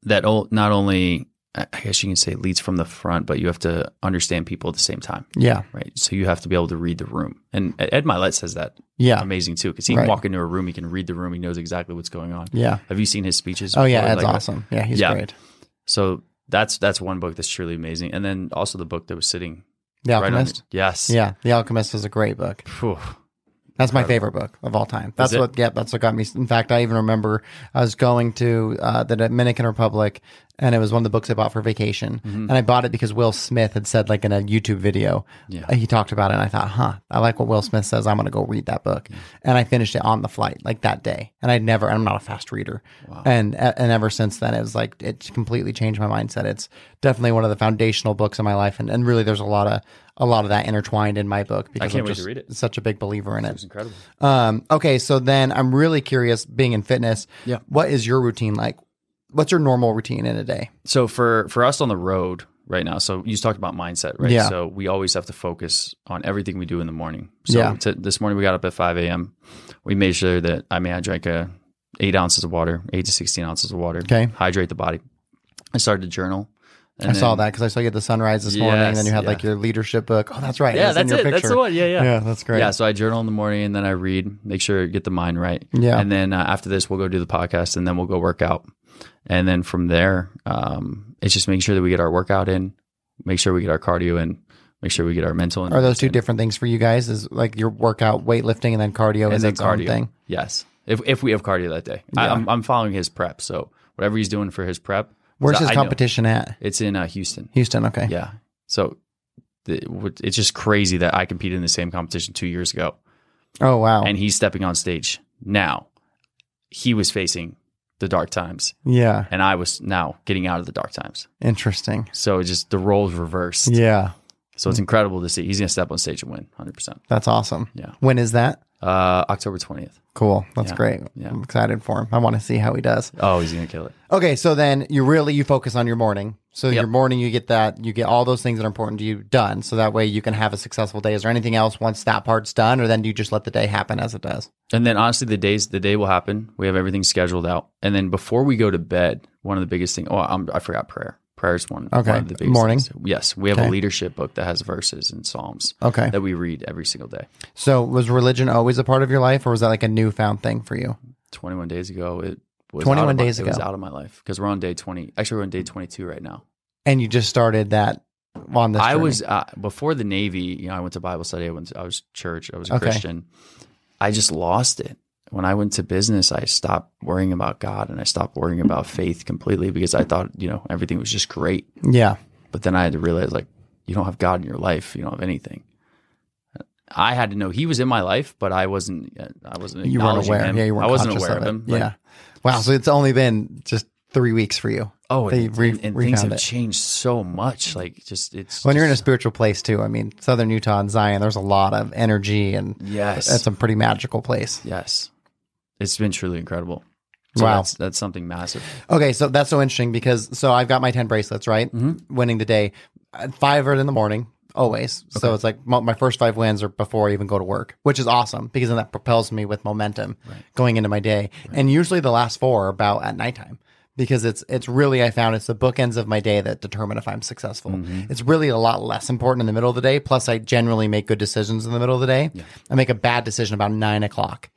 Speaker 3: that o- not only I I guess you can say leads from the front, but you have to understand people at the same time,
Speaker 2: Yeah.
Speaker 3: right? So you have to be able to read the room. And E-, Ed Milet says that
Speaker 2: Yeah.
Speaker 3: amazing too, because he
Speaker 2: Right.
Speaker 3: can walk into a room, he can read the room, he knows exactly what's going on.
Speaker 2: Yeah.
Speaker 3: Have you seen his speeches?
Speaker 2: Oh, yeah.
Speaker 3: before?
Speaker 2: That's
Speaker 3: Like,
Speaker 2: awesome. Yeah. He's
Speaker 3: Yeah.
Speaker 2: great.
Speaker 3: So that's that's one book that's truly amazing, and then also the book that was sitting
Speaker 2: The
Speaker 3: right on.
Speaker 2: Alchemist.
Speaker 3: Yes,
Speaker 2: yeah. The Alchemist is a great book.
Speaker 3: Phew.
Speaker 2: That's my favorite book of all time. That's
Speaker 3: it?
Speaker 2: what, yeah, that's what got me. In fact, I even remember I was going to uh, the Dominican Republic and it was one of the books I bought for vacation.
Speaker 3: Mm-hmm.
Speaker 2: And I bought it because Will Smith had said, like in a YouTube video, yeah. he talked about it. And I thought, huh, I like what Will Smith says. I'm going to go read that book. And I finished it on the flight, like that day. And I'd never, I'm not a fast reader. And, uh, and ever since then, it was like, it completely changed my mindset. It's definitely one of the foundational books in my life. And, and really, there's a lot of, a lot of that intertwined in my book because
Speaker 3: can't
Speaker 2: I'm
Speaker 3: wait to
Speaker 2: just
Speaker 3: read it.
Speaker 2: such a big believer in it.
Speaker 3: Incredible.
Speaker 2: Um, okay, so then I'm really curious, being in fitness,
Speaker 3: Yeah.
Speaker 2: what is your routine like? What's your normal routine in a day?
Speaker 3: So for for us on the road right now, so you talked about mindset, right?
Speaker 2: Yeah.
Speaker 3: So we always have to focus on everything we do in the morning. So
Speaker 2: Yeah.
Speaker 3: t- this morning we got up at five a.m. We made sure that I mean I drank a eight ounces of water, eight to sixteen ounces of water.
Speaker 2: Okay.
Speaker 3: Hydrate the body. I started to journal. And
Speaker 2: I saw
Speaker 3: then-
Speaker 2: that because I saw you at the sunrise this morning, and then you
Speaker 3: Yes,
Speaker 2: had like
Speaker 3: yeah.
Speaker 2: your leadership book. Oh, that's right.
Speaker 3: Yeah,
Speaker 2: was in
Speaker 3: that's
Speaker 2: your
Speaker 3: it. That's
Speaker 2: picture.
Speaker 3: the one. Yeah, yeah.
Speaker 2: Yeah. that's great.
Speaker 3: Yeah, so I journal in the morning and then I read, make sure get the mind right.
Speaker 2: Yeah.
Speaker 3: and then uh, after this, we'll go do the podcast and then we'll go work out, and then from there, um, it's just making sure that we get our workout in, make sure we get our cardio in, make sure we get our mental.
Speaker 2: Are those two different things for you guys? Is like your workout, weightlifting, and then cardio is its own thing?
Speaker 3: Yes, if if we have cardio that day, I, I'm I'm following his prep. So whatever he's doing for his prep,
Speaker 2: Where's
Speaker 3: so
Speaker 2: his
Speaker 3: I know-
Speaker 2: competition at?
Speaker 3: It's in uh, Houston.
Speaker 2: Houston. Okay.
Speaker 3: Yeah, so. the- It's just crazy that I competed in the same competition two years ago.
Speaker 2: Oh wow.
Speaker 3: and he's stepping on stage now. He was facing the dark times,
Speaker 2: yeah.
Speaker 3: and I was now getting out of the dark times.
Speaker 2: Interesting.
Speaker 3: So it just the roles reversed.
Speaker 2: Yeah.
Speaker 3: So it's incredible to see. He's gonna step on stage and win, hundred percent.
Speaker 2: That's awesome.
Speaker 3: Yeah.
Speaker 2: When is that?
Speaker 3: Uh, October twentieth.
Speaker 2: Cool. That's
Speaker 3: Yeah.
Speaker 2: great.
Speaker 3: Yeah.
Speaker 2: I'm excited for him. I want to see how he does.
Speaker 3: Oh, he's gonna kill it.
Speaker 2: Okay, so then you really you focus on your morning. So your morning, you get that, you get all those things that are important to you done. So that way you can have a successful day. Is there anything else once that part's done, or then do you just let the day happen as it does?
Speaker 3: And then honestly, the days the day will happen. We have everything scheduled out, and then before we go to bed, one of the biggest thing. Oh, I'm, I forgot prayer. Prayer is one.
Speaker 2: Okay.
Speaker 3: one of the biggest
Speaker 2: Morning.
Speaker 3: things. Yes, we have
Speaker 2: Okay.
Speaker 3: a leadership book that has verses and psalms
Speaker 2: Okay.
Speaker 3: that we read every single day.
Speaker 2: So was religion always a part of your life, or was that like a newfound thing for you?
Speaker 3: 21 days ago. It was
Speaker 2: 21
Speaker 3: out of my-
Speaker 2: days
Speaker 3: it was
Speaker 2: ago.
Speaker 3: out of my life because we're on day 20. Actually, we're on day 22 right now.
Speaker 2: And you just started that on this.
Speaker 3: I
Speaker 2: journey.
Speaker 3: was uh, before the Navy. You know, I went to Bible study. I went. To, I was church. I was a
Speaker 2: Okay.
Speaker 3: Christian. I just lost it when I went to business. I stopped worrying about God and I stopped worrying about faith completely because I thought you know everything was just great.
Speaker 2: yeah.
Speaker 3: But then I had to realize like you don't have God in your life. You don't have anything. I had to know He was in my life, but I wasn't. uh, I wasn't.
Speaker 2: You weren't
Speaker 3: acknowledging
Speaker 2: aware.
Speaker 3: Him.
Speaker 2: Yeah, you weren't.
Speaker 3: I wasn't
Speaker 2: conscious
Speaker 3: aware of,
Speaker 2: it.
Speaker 3: Him. Like,
Speaker 2: yeah. Wow. So it's only been just three weeks for you.
Speaker 3: Oh,
Speaker 2: They
Speaker 3: and,
Speaker 2: re-
Speaker 3: and- and
Speaker 2: refound
Speaker 3: things have
Speaker 2: it.
Speaker 3: changed so much. Like, just it's
Speaker 2: When you're in a
Speaker 3: just-
Speaker 2: spiritual place too, I mean, Southern Utah and Zion, there's a lot of energy, and
Speaker 3: yes,
Speaker 2: that's a pretty magical place.
Speaker 3: yes, it's been truly incredible.
Speaker 2: Wow.
Speaker 3: that's, that's something massive.
Speaker 2: Okay, so that's so interesting because so I've got my ten bracelets right, winning the day, Uh, five are in the morning always. So it's like mo- my first five wins are before I even go to work, which is awesome because then that propels me with momentum going into my day. And usually the last four are about at nighttime because it's it's really I found it's the bookends of my day that determine if I'm successful. It's really a lot less important in the middle of the day. Plus, I generally make good decisions in the middle of the day. I make a bad decision about nine o'clock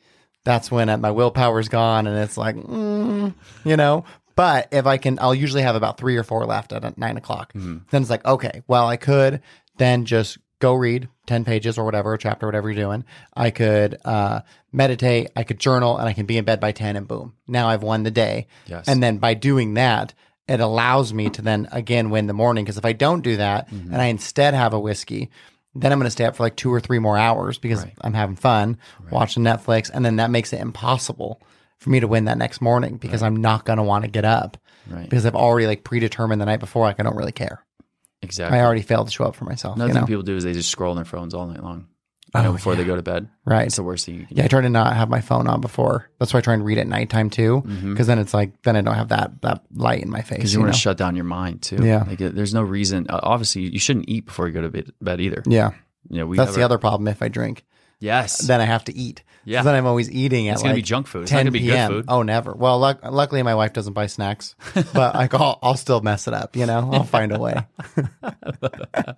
Speaker 2: that's when uh, my willpower's gone and it's like, mm, you know. But if I can, I'll usually have about three or four left at uh, nine o'clock. Then it's like, okay, well, I could then just go read 10 pages or whatever, a chapter, whatever you're doing. I could uh, meditate, I could journal, and I can be in bed by 10 and boom, now I've won the day.
Speaker 3: Yes.
Speaker 2: And then by doing that, it allows me to then again win the morning. Because if I don't do that and I instead have a whiskey, then I'm going to stay up for like two or three more hours because I'm having fun watching Netflix. And then that makes it impossible for me to win that next morning because I'm not going to want to get up
Speaker 3: Right.
Speaker 2: because I've already like predetermined the night before. Like, I don't really care.
Speaker 3: Exactly.
Speaker 2: I already failed to show up for myself.
Speaker 3: Another
Speaker 2: you know? Oh,
Speaker 3: thing people do is they just scroll on their phones all night long. You know, before they go to bed.
Speaker 2: Right.
Speaker 3: It's the worst thing you can
Speaker 2: Yeah, I try to not have my phone on before. That's why I try and read at nighttime too, because then it's like then I don't have that that light in my face.
Speaker 3: Because you
Speaker 2: you
Speaker 3: want
Speaker 2: know?
Speaker 3: to shut down your mind too.
Speaker 2: Yeah.
Speaker 3: Like, uh, there's no reason. Uh, obviously, you shouldn't eat before you go to bed, bed either.
Speaker 2: yeah,
Speaker 3: You know, we
Speaker 2: that's
Speaker 3: have
Speaker 2: the
Speaker 3: our-
Speaker 2: other problem. If I drink,
Speaker 3: Yes.
Speaker 2: then I have to eat.
Speaker 3: Yeah.
Speaker 2: So then I'm always eating at
Speaker 3: It's gonna be
Speaker 2: like
Speaker 3: junk food. It's not
Speaker 2: 10
Speaker 3: gonna be good
Speaker 2: PM.
Speaker 3: food.
Speaker 2: Oh, never. Well, luck- luckily my wife doesn't buy snacks, but like I'll, I'll still mess it up. You know, I'll find a way.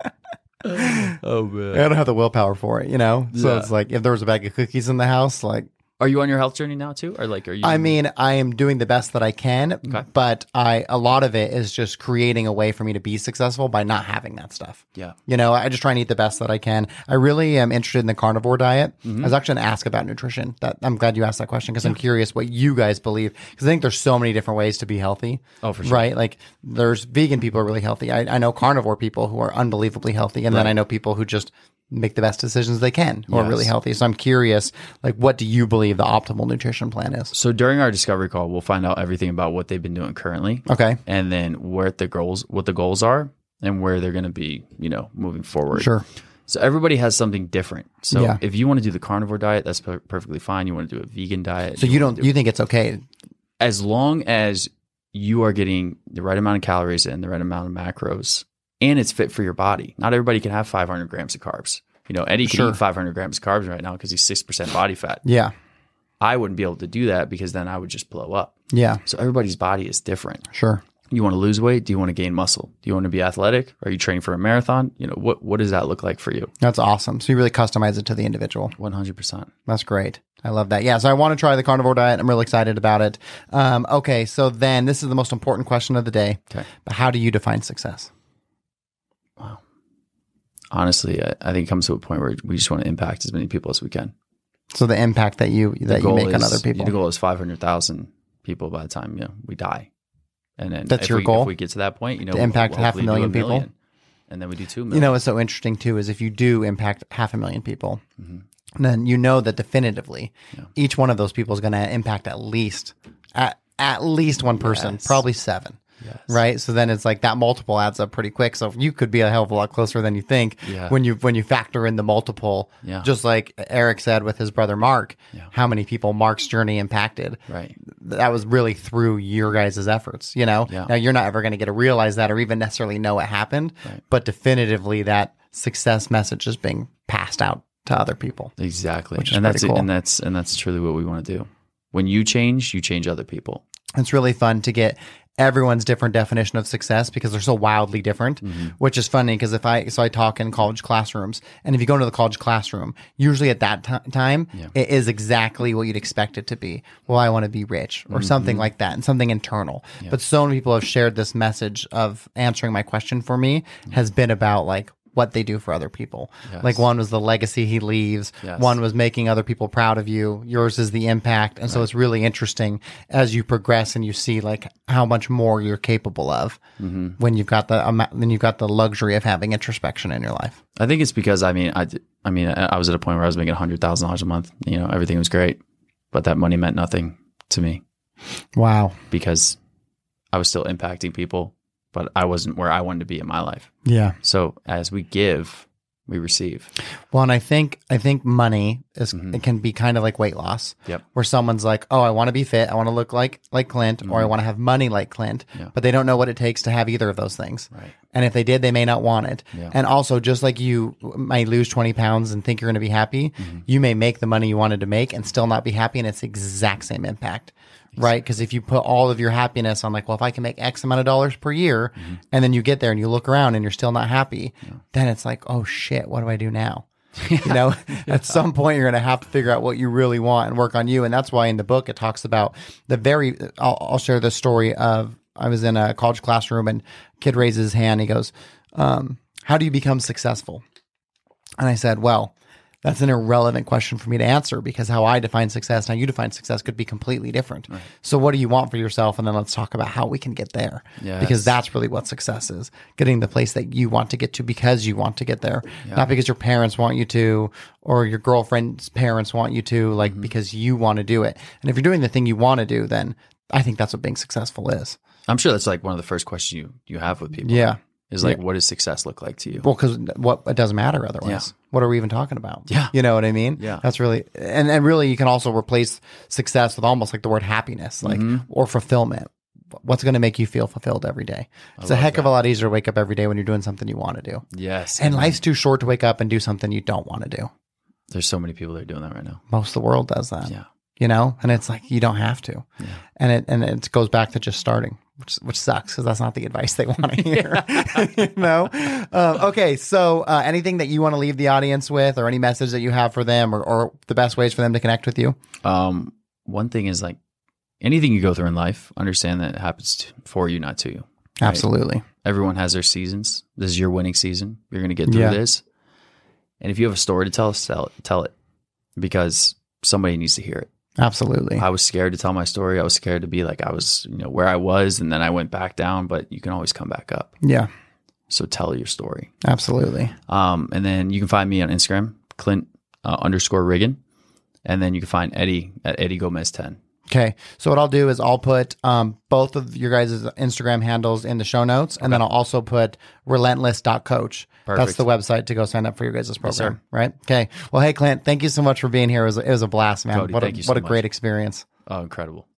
Speaker 3: oh man. Oh,
Speaker 2: I don't have the willpower for it. You know, so
Speaker 3: Yeah.
Speaker 2: it's like if there was a bag of cookies in the house, like
Speaker 3: Are you on your health journey now too? Or like, are you?
Speaker 2: I mean, I am doing the best that I can, but I a lot of it is just creating a way for me to be successful by not having that stuff.
Speaker 3: Yeah.
Speaker 2: You know, I just try and eat the best that I can. I really am interested in the carnivore diet.
Speaker 3: Mm-hmm.
Speaker 2: I was actually going to ask about nutrition. That I'm glad you asked that question because I'm curious what you guys believe because I think there's so many different ways to be healthy.
Speaker 3: Oh, for sure.
Speaker 2: Right? Like there's vegan people are really healthy. I, I know carnivore people who are unbelievably healthy, and then I know people who just make the best decisions they can who are really
Speaker 3: Yes.
Speaker 2: healthy. So I'm curious, like, what do you believe the optimal nutrition plan is?
Speaker 3: so during our discovery call, we'll find out everything about what they've been doing currently,
Speaker 2: Okay.
Speaker 3: and then where the goals, what the goals are, and where they're going to be, you know, moving forward.
Speaker 2: Sure.
Speaker 3: So everybody has something different. So
Speaker 2: Yeah.
Speaker 3: if you want to do the carnivore diet, that's per- perfectly fine. You want to do a vegan diet.
Speaker 2: So you don't you think it's okay?
Speaker 3: as long as you are getting the right amount of calories and the right amount of macros and it's fit for your body. Not everybody can have 500 grams of carbs. You know, Eddie can
Speaker 2: Sure.
Speaker 3: eat 500 grams of carbs right now because he's 6% body fat.
Speaker 2: Yeah.
Speaker 3: I wouldn't be able to do that because then I would just blow up.
Speaker 2: Yeah.
Speaker 3: So everybody's body is different.
Speaker 2: Sure.
Speaker 3: You want to lose weight? Do you want to gain muscle? Do you want to be athletic? Are you training for a marathon? You know, what what does that look like for you?
Speaker 2: That's awesome. So you really customize it to the individual.
Speaker 3: 100%.
Speaker 2: That's great. I love that. Yeah. So I want to try the carnivore diet. I'm really excited about it. Um, okay. So then this is the most important question of the day.
Speaker 3: Okay.
Speaker 2: But how do you define success?
Speaker 3: Honestly, I, I think it comes to a point where we just want to impact as many people as we can.
Speaker 2: So the impact that you that you make
Speaker 3: is,
Speaker 2: on other people.
Speaker 3: The goal is 500,000 people by the time you know, we die. And then
Speaker 2: That's
Speaker 3: if
Speaker 2: your
Speaker 3: we,
Speaker 2: goal?
Speaker 3: If we get to that point, you know,
Speaker 2: To impact half a
Speaker 3: hopefully do
Speaker 2: million people?
Speaker 3: and then we do two
Speaker 2: you
Speaker 3: million.
Speaker 2: know what's so interesting too is if you do impact half a million people
Speaker 3: Mm-hmm.
Speaker 2: then you know that definitively each one of those people is going to impact at least at, at least one person
Speaker 3: Yes.
Speaker 2: probably seven right so then it's like that multiple adds up pretty quick so you could be a hell of a lot closer than you think
Speaker 3: Yeah.
Speaker 2: when you when you factor in the multiple
Speaker 3: Yeah.
Speaker 2: just like eric said with his brother mark
Speaker 3: Yeah.
Speaker 2: how many people mark's journey impacted
Speaker 3: right.
Speaker 2: that was really through your guys' efforts, you know?
Speaker 3: Yeah.
Speaker 2: Now you're not ever going to get to realize that or even necessarily know it happened, but definitively that success message is being passed out to other people.
Speaker 3: Exactly.
Speaker 2: Which is
Speaker 3: and that's
Speaker 2: pretty
Speaker 3: it.
Speaker 2: cool.
Speaker 3: And that's, and that's truly what we want to do. When you change, you change other people.
Speaker 2: It's really fun to get everyone's different definition of success because they're so wildly different, which is funny because if I, so I talk in college classrooms and if you go into the college classroom, usually at that ti- time, it is exactly what you'd expect it to be. Well, I want to be rich or something like that and something internal. But so many people have shared this message of answering my question for me has been about like, what they do for other people. Like one was the legacy he leaves,
Speaker 3: Yes.
Speaker 2: one was making other people proud of you, yours is the impact. And so it's really interesting as you progress and you see like how much more you're capable of
Speaker 3: Mm-hmm.
Speaker 2: when you've got the amount, then you've got the luxury of having introspection in your life.
Speaker 3: I think it's because, I mean, I, d- I mean, I I was at a point where I was making hundred thousand dollars a month, you know, everything was great, but that money meant nothing to me
Speaker 2: Wow.
Speaker 3: because I was still impacting people, but I wasn't where I wanted to be in my life.
Speaker 2: Yeah.
Speaker 3: So as we give, we receive.
Speaker 2: Well, and I think I think money is
Speaker 3: Mhm.
Speaker 2: it can be kind of like weight loss.
Speaker 3: Yep.
Speaker 2: Where someone's like, "Oh, I want to be fit. I want to look like like Clint or I want to have money like Clint."
Speaker 3: Mm-hmm. Yeah.
Speaker 2: But they don't know what it takes to have either of those things.
Speaker 3: Right.
Speaker 2: And if they did, they may not want it.
Speaker 3: Yeah.
Speaker 2: And also, just like you might lose 20 pounds and think you're going to be happy, you may make the money you wanted to make and still not be happy. And it's the exact same impact, right? Because if you put all of your happiness on, like, well, if I can make X amount of dollars per year, and then you get there and you look around and you're still not happy, then it's like, oh shit, what do I do now? you know at some point you're going to have to figure out what you really want and work on you and that's why in the book it talks about the very i'll, I'll share the story of i was in a college classroom and kid raises his hand he goes um, how do you become successful and i said well that's an irrelevant question for me to answer because how i define success and how you define success could be completely different so what do you want for yourself and then let's talk about how we can get there because
Speaker 3: Yes.
Speaker 2: that's really what success is getting the place that you want to get to because you want to get there not because your parents want you to or your girlfriend's parents want you to like because you want to do it and if you're doing the thing you want to do then i think that's what being successful is
Speaker 3: I'm sure that's like one of the first questions you you have with people.
Speaker 2: yeah
Speaker 3: Is like, what does success look like to you?
Speaker 2: well because what it doesn't matter otherwise
Speaker 3: Yeah.
Speaker 2: what are we even talking about
Speaker 3: Yeah.
Speaker 2: you know what i mean
Speaker 3: Yeah.
Speaker 2: that's really and, and really you can also replace success with almost like the word happiness like
Speaker 3: Mm-hmm.
Speaker 2: or fulfillment what's going to make you feel fulfilled every day it's a heck of a lot easier to wake up every day when you're doing something you want to do
Speaker 3: yes.
Speaker 2: And life's too short to wake up and do something you don't want to do.
Speaker 3: there's so many people that are doing that right now.
Speaker 2: Most of the world does that.
Speaker 3: Yeah.
Speaker 2: You know? And it's like you don't have to. And it and it goes back to just starting. which, which sucks because that's not the advice they want to hear. you know? Um, okay, so uh, anything that you want to leave the audience with, or any message that you have for them, or, or the best ways for them to connect with you?
Speaker 3: Um, one thing is like anything you go through in life, understand that it happens to, for you, not to you. Right.
Speaker 2: Absolutely.
Speaker 3: Everyone has their seasons. This is your winning season. You're going to get through
Speaker 2: Yeah.
Speaker 3: this. And if you have a story to tell, tell it, tell it because somebody needs to hear it.
Speaker 2: Absolutely.
Speaker 3: I was scared to tell my story. I was scared to be like I was, you know, where I was and then I went back down, but you can always come back up.
Speaker 2: Yeah,
Speaker 3: So tell your story.
Speaker 2: absolutely.
Speaker 3: Um, and then you can find me on Instagram, Clint uh, underscore Riggin. And then you can find Eddie at Eddie Gomez 10.
Speaker 2: Okay. So what I'll do is I'll put um, both of your guys' Instagram handles in the show notes, and then I'll also put relentless.coach. That's
Speaker 3: Perfect.
Speaker 2: the website to go sign up for your guys' program, right? Okay. Well, hey, Clint, thank you so much for being here. It was, it was a blast, man.
Speaker 3: Cody,
Speaker 2: what a,
Speaker 3: thank you so
Speaker 2: what a
Speaker 3: much.
Speaker 2: great experience.
Speaker 3: Oh, incredible.